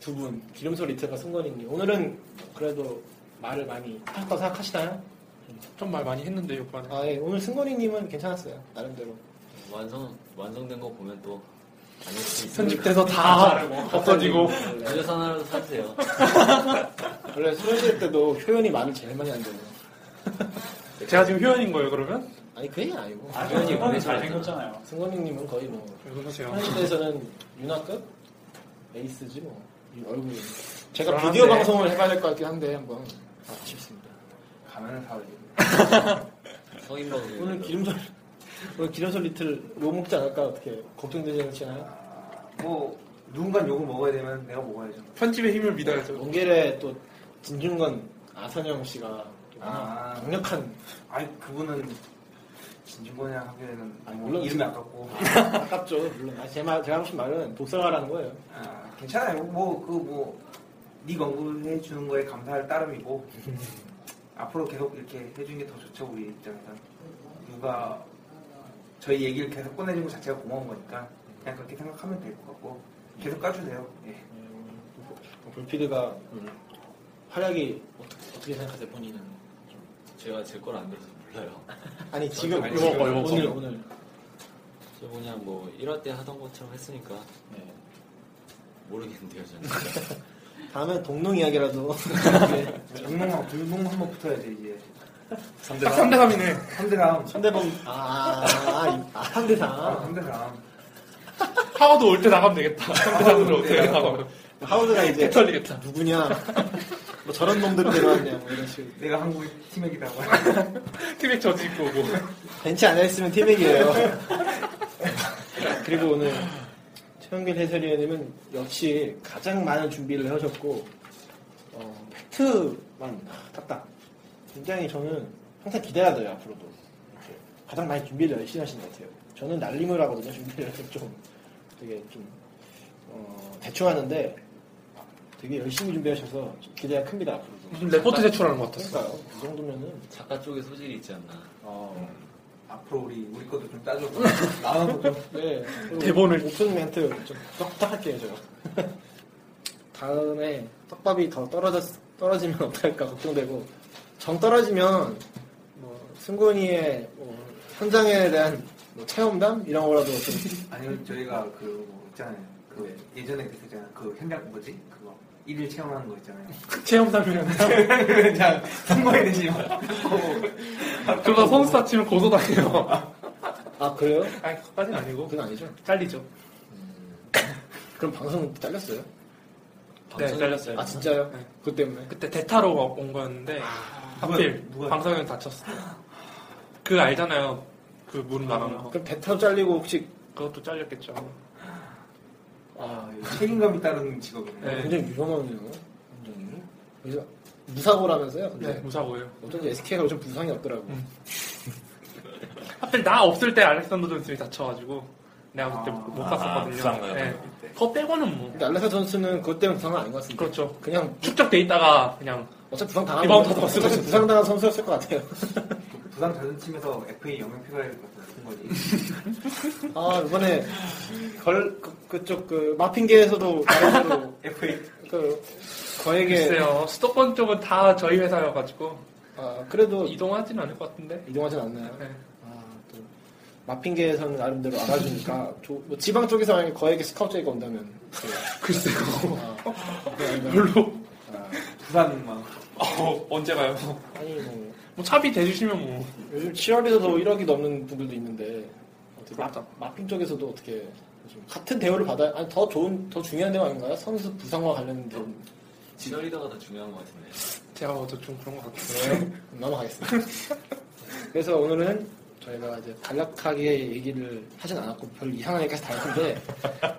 Speaker 3: 두 분 기름소 리트가 승건이님 오늘은 그래도 말을 많이 하셨다고 생각하시나요?
Speaker 8: 좀 말 많이 했는데, 요번에.
Speaker 3: 아예 오늘 승건이님은 괜찮았어요 나름대로
Speaker 5: 완성 완성된 거 보면 또 아닐 수 있어요.
Speaker 3: 네, 편집돼서 다 없어지고
Speaker 5: 유재산 하나라도 사주세요.
Speaker 3: 원래 소연실 때도 효연이 말을 제일 많이 안 되네요
Speaker 8: 제가 지금 효연인 거예요, 그러면?
Speaker 3: 아니 그게 아니고
Speaker 4: 아,
Speaker 5: 편집
Speaker 4: 이번에
Speaker 5: 오래
Speaker 4: 잘생겼잖아요.
Speaker 3: 승건이님은 거의 뭐
Speaker 8: 그러세요.
Speaker 3: 현실에서는 윤아급 에이스지 뭐 이 얼굴이 아, 네. 제가
Speaker 8: 불안한데.
Speaker 3: 비디오 방송을 해봐야 될 것 같긴 한데 한번 아쉽습니다
Speaker 7: 가면은 사오지.
Speaker 5: 성인 방송.
Speaker 3: 오늘 기름설 [LAUGHS] 오늘 기름설 리틀 욕 먹지 않을까 어떻게 걱정되지 않으시나요?
Speaker 7: 뭐, 누군가 욕을 먹어야 되면 내가 먹어야죠.
Speaker 8: 편집의 힘을 믿어야죠.
Speaker 3: 그 원gel에 또 진중건 아선영 씨가 또 워낙
Speaker 7: 아.
Speaker 3: 강력한
Speaker 7: 아니, 그분은 진중권이랑 하기에는
Speaker 3: 아니,
Speaker 7: 뭐
Speaker 3: 물론
Speaker 7: 이름이 아깝고.
Speaker 3: 아깝죠 물론 아, 제 말, 제가 하신 말은 독설화라는 거예요
Speaker 7: 아, 괜찮아요. 뭐, 그 뭐, 네 언급해 주는 거에 감사할 [LAUGHS] 따름이고. 앞으로 계속 이렇게 해주는 게 더 좋죠, 우리 입장에서. 누가 저희 얘기를 계속 꺼내준 것 자체가 고마운 거니까. 그냥 그렇게 생각하면 될 것 같고. 계속 까주세요. 예.
Speaker 3: 어, 볼피드가 활약이 어떻게, 어떻게 생각하세요 본인은?
Speaker 5: 제가 제 걸 안 돼서 몰라요.
Speaker 3: 아니 지금
Speaker 6: 아니,
Speaker 3: 이거
Speaker 6: 지금,
Speaker 3: 오늘
Speaker 6: 이거
Speaker 3: 오늘,
Speaker 6: 지금.
Speaker 3: 오늘
Speaker 5: 저 그냥 뭐 1화 때 하던 것처럼 했으니까
Speaker 4: 네.
Speaker 5: 모르겠는데요 저는.
Speaker 3: 다음에 동농 이야기라도
Speaker 7: 운동하고 불공 한번 붙어야지, 이제.
Speaker 6: 3대
Speaker 8: 딱 3대3이네.
Speaker 7: 3대랑.
Speaker 3: 상대방 아, 아, 아
Speaker 7: 아,
Speaker 3: 상대상
Speaker 7: 3대랑.
Speaker 8: 하워드 올 때 나가면 되겠다. 3대3으로
Speaker 7: 올
Speaker 8: 올
Speaker 7: 때.
Speaker 8: 때 나가면.
Speaker 3: 하우드가 이제
Speaker 8: 털리겠다.
Speaker 3: 누구냐 뭐 저런 놈들 데려왔냐 뭐 이런 식으로
Speaker 7: 내가 한국 팀에게다.
Speaker 8: 티백 저지 입고 오고.
Speaker 3: 벤치 안 했으면 티맥이에요 [LAUGHS] 그리고 오늘 최영길 해설위원님은 역시 가장 많은 준비를 해오셨고 어, 팩트만 딱딱 굉장히 저는 항상 기대가 돼요 앞으로도 가장 많이 준비를 열심히 하신 것 같아요. 저는 날림을 하거든요. 준비를 좀 되게 좀 어, 대충 하는데 되게 열심히 준비하셔서 기대가 큽니다. 앞으로도.
Speaker 4: 무슨 레포트 제출하는 것 같았어.
Speaker 3: 그러니까요. 이 정도면은
Speaker 5: [LAUGHS] 작가 쪽에 소질이 있지 않나.
Speaker 7: 앞으로 우리 우리 것도 좀 따져. 나눠 좀.
Speaker 3: 네. 그리고
Speaker 4: 대본을-
Speaker 3: 오픈 멘트 좀 딱딱할게요 [LAUGHS] 제가. 다음에 떡밥이 더 떨어졌 떨어지면 어떨까 걱정되고 정 떨어지면 뭐 승곤이의 뭐 현장에 대한 뭐 체험담 이런 거라도 좀
Speaker 7: 아니면 저희가 그 뭐 있잖아요. 그 예전에 그 있잖아. 그 현장 뭐지? 그거 일일 체험하는 거 있잖아요.
Speaker 4: [LAUGHS] 체험담이라면
Speaker 7: [LAUGHS] 그냥 선거에 대신
Speaker 4: 그러다 선수다 치면 고소당해요.
Speaker 3: 아 그래요?
Speaker 4: 아니 그것까지는 아니고
Speaker 3: 그건 아니죠. 음.
Speaker 4: 잘리죠.
Speaker 3: 그럼 방송 잘렸어요?
Speaker 4: 네 잘렸어요.
Speaker 3: 아 진짜요? 그것 때문에.
Speaker 4: 그때 대타로 온 거였는데
Speaker 8: 아.
Speaker 4: 하필
Speaker 7: 누가- 누가-
Speaker 4: 방송에 다쳤어. 그 알잖아요. 그 무릎 나간 거.
Speaker 3: 그럼 대타 잘리고 혹시
Speaker 4: 그것도 잘렸겠죠.
Speaker 7: 아, 책임감이 따르는 직업이네.
Speaker 4: 네.
Speaker 8: 예.
Speaker 3: 굉장히 위험하네요. 그래서 무사고라면서요? 근데
Speaker 4: 네 무사고예요.
Speaker 3: 어쩐지 SK가 요즘 부상이 없더라고. 요
Speaker 4: 음. 하필 나 없을 때 알렉산더 존슨이 다쳐가지고 내가 그때
Speaker 7: 아,
Speaker 4: 못
Speaker 8: 아,
Speaker 4: 갔었거든요.
Speaker 8: 부산 가요.
Speaker 4: 네. 그거 빼고는 뭐
Speaker 3: 근데 알레사 존스는 그것 때문에 부상은 아닌 것 같습니다.
Speaker 4: 그렇죠.
Speaker 3: 그냥
Speaker 4: 축적돼 있다가 그냥
Speaker 3: 어차피 부상 당한
Speaker 4: 리바운드 타도
Speaker 3: 어차피
Speaker 4: 봤을
Speaker 3: 부상 당한 선수였을 것 같아요. [LAUGHS]
Speaker 7: 그 부산 자존팀에서 FA 영향표가 될것 같은 거지.
Speaker 3: 아 이번에 걸 그, 쪽그 마핑계에서도 나름대로 [LAUGHS]
Speaker 7: FA
Speaker 3: 그
Speaker 8: 예.
Speaker 3: 거액의
Speaker 4: 글쎄요 수도권 쪽은 다 저희 회사여가지고
Speaker 3: 아, 그래도
Speaker 4: 이동하진 않을 것 같은데.
Speaker 3: 이동하진 않나요?
Speaker 4: 네.
Speaker 3: 아, 또 마핑계에서는 나름대로 알아주니까 조- 뭐 지방 쪽에서 만약에 거액의 스카우트가 온다면
Speaker 4: [LAUGHS] 글쎄요
Speaker 3: 아, 네, 아니면-
Speaker 4: 별로
Speaker 3: 아,
Speaker 7: 부산만.
Speaker 4: 어, 언제 가요?
Speaker 3: 아니 뭐
Speaker 4: 뭐 차비 대주시면 뭐
Speaker 3: 요즘 7월에서도 1억이 넘는 분들도 있는데 어떻게
Speaker 4: 맞다.
Speaker 3: 마핑 쪽에서도 어떻게 요즘 같은 대우를 받아야 아니 더 좋은 더 중요한 대우 아닌가요? 선수 부상과 관련된
Speaker 5: 지열이다가 더 중요한 것 같은데.
Speaker 4: 제가 어좀 그런 것 같아요.
Speaker 3: 네, 그래요? 넘어가겠습니다.
Speaker 4: [LAUGHS]
Speaker 3: 그래서 오늘은 저희가 이제 간략하게 얘기를 하진 않았고 별 이상한 얘기까지 다 했는데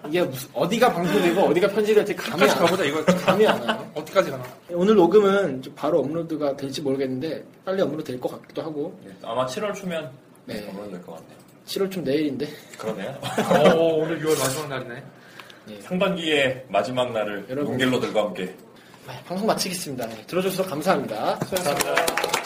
Speaker 3: 이게 무슨 어디가 방송되고 어디가 편집될지 감이
Speaker 4: 끝까지
Speaker 3: 안 와요.
Speaker 4: 가보자 이거
Speaker 3: [LAUGHS] 감이 안 와요.
Speaker 4: 어디까지 가나?
Speaker 3: 오늘 녹음은 좀 바로 업로드가 될지 모르겠는데 빨리 업로드 될 것 같기도 하고
Speaker 8: 네, 아마 7월 초면
Speaker 3: 네.
Speaker 8: 결론 될것 같네요.
Speaker 3: 7월쯤 내일인데
Speaker 8: 그러네요.
Speaker 4: 어, 오, 오늘 6월 마지막 날이네.
Speaker 8: 상반기의 마지막 날을
Speaker 3: 여러분.
Speaker 8: 롱겔러들과 함께
Speaker 3: 아, 방송 마치겠습니다. 네, 들어주셔서 감사합니다.
Speaker 4: 수고하셨습니다.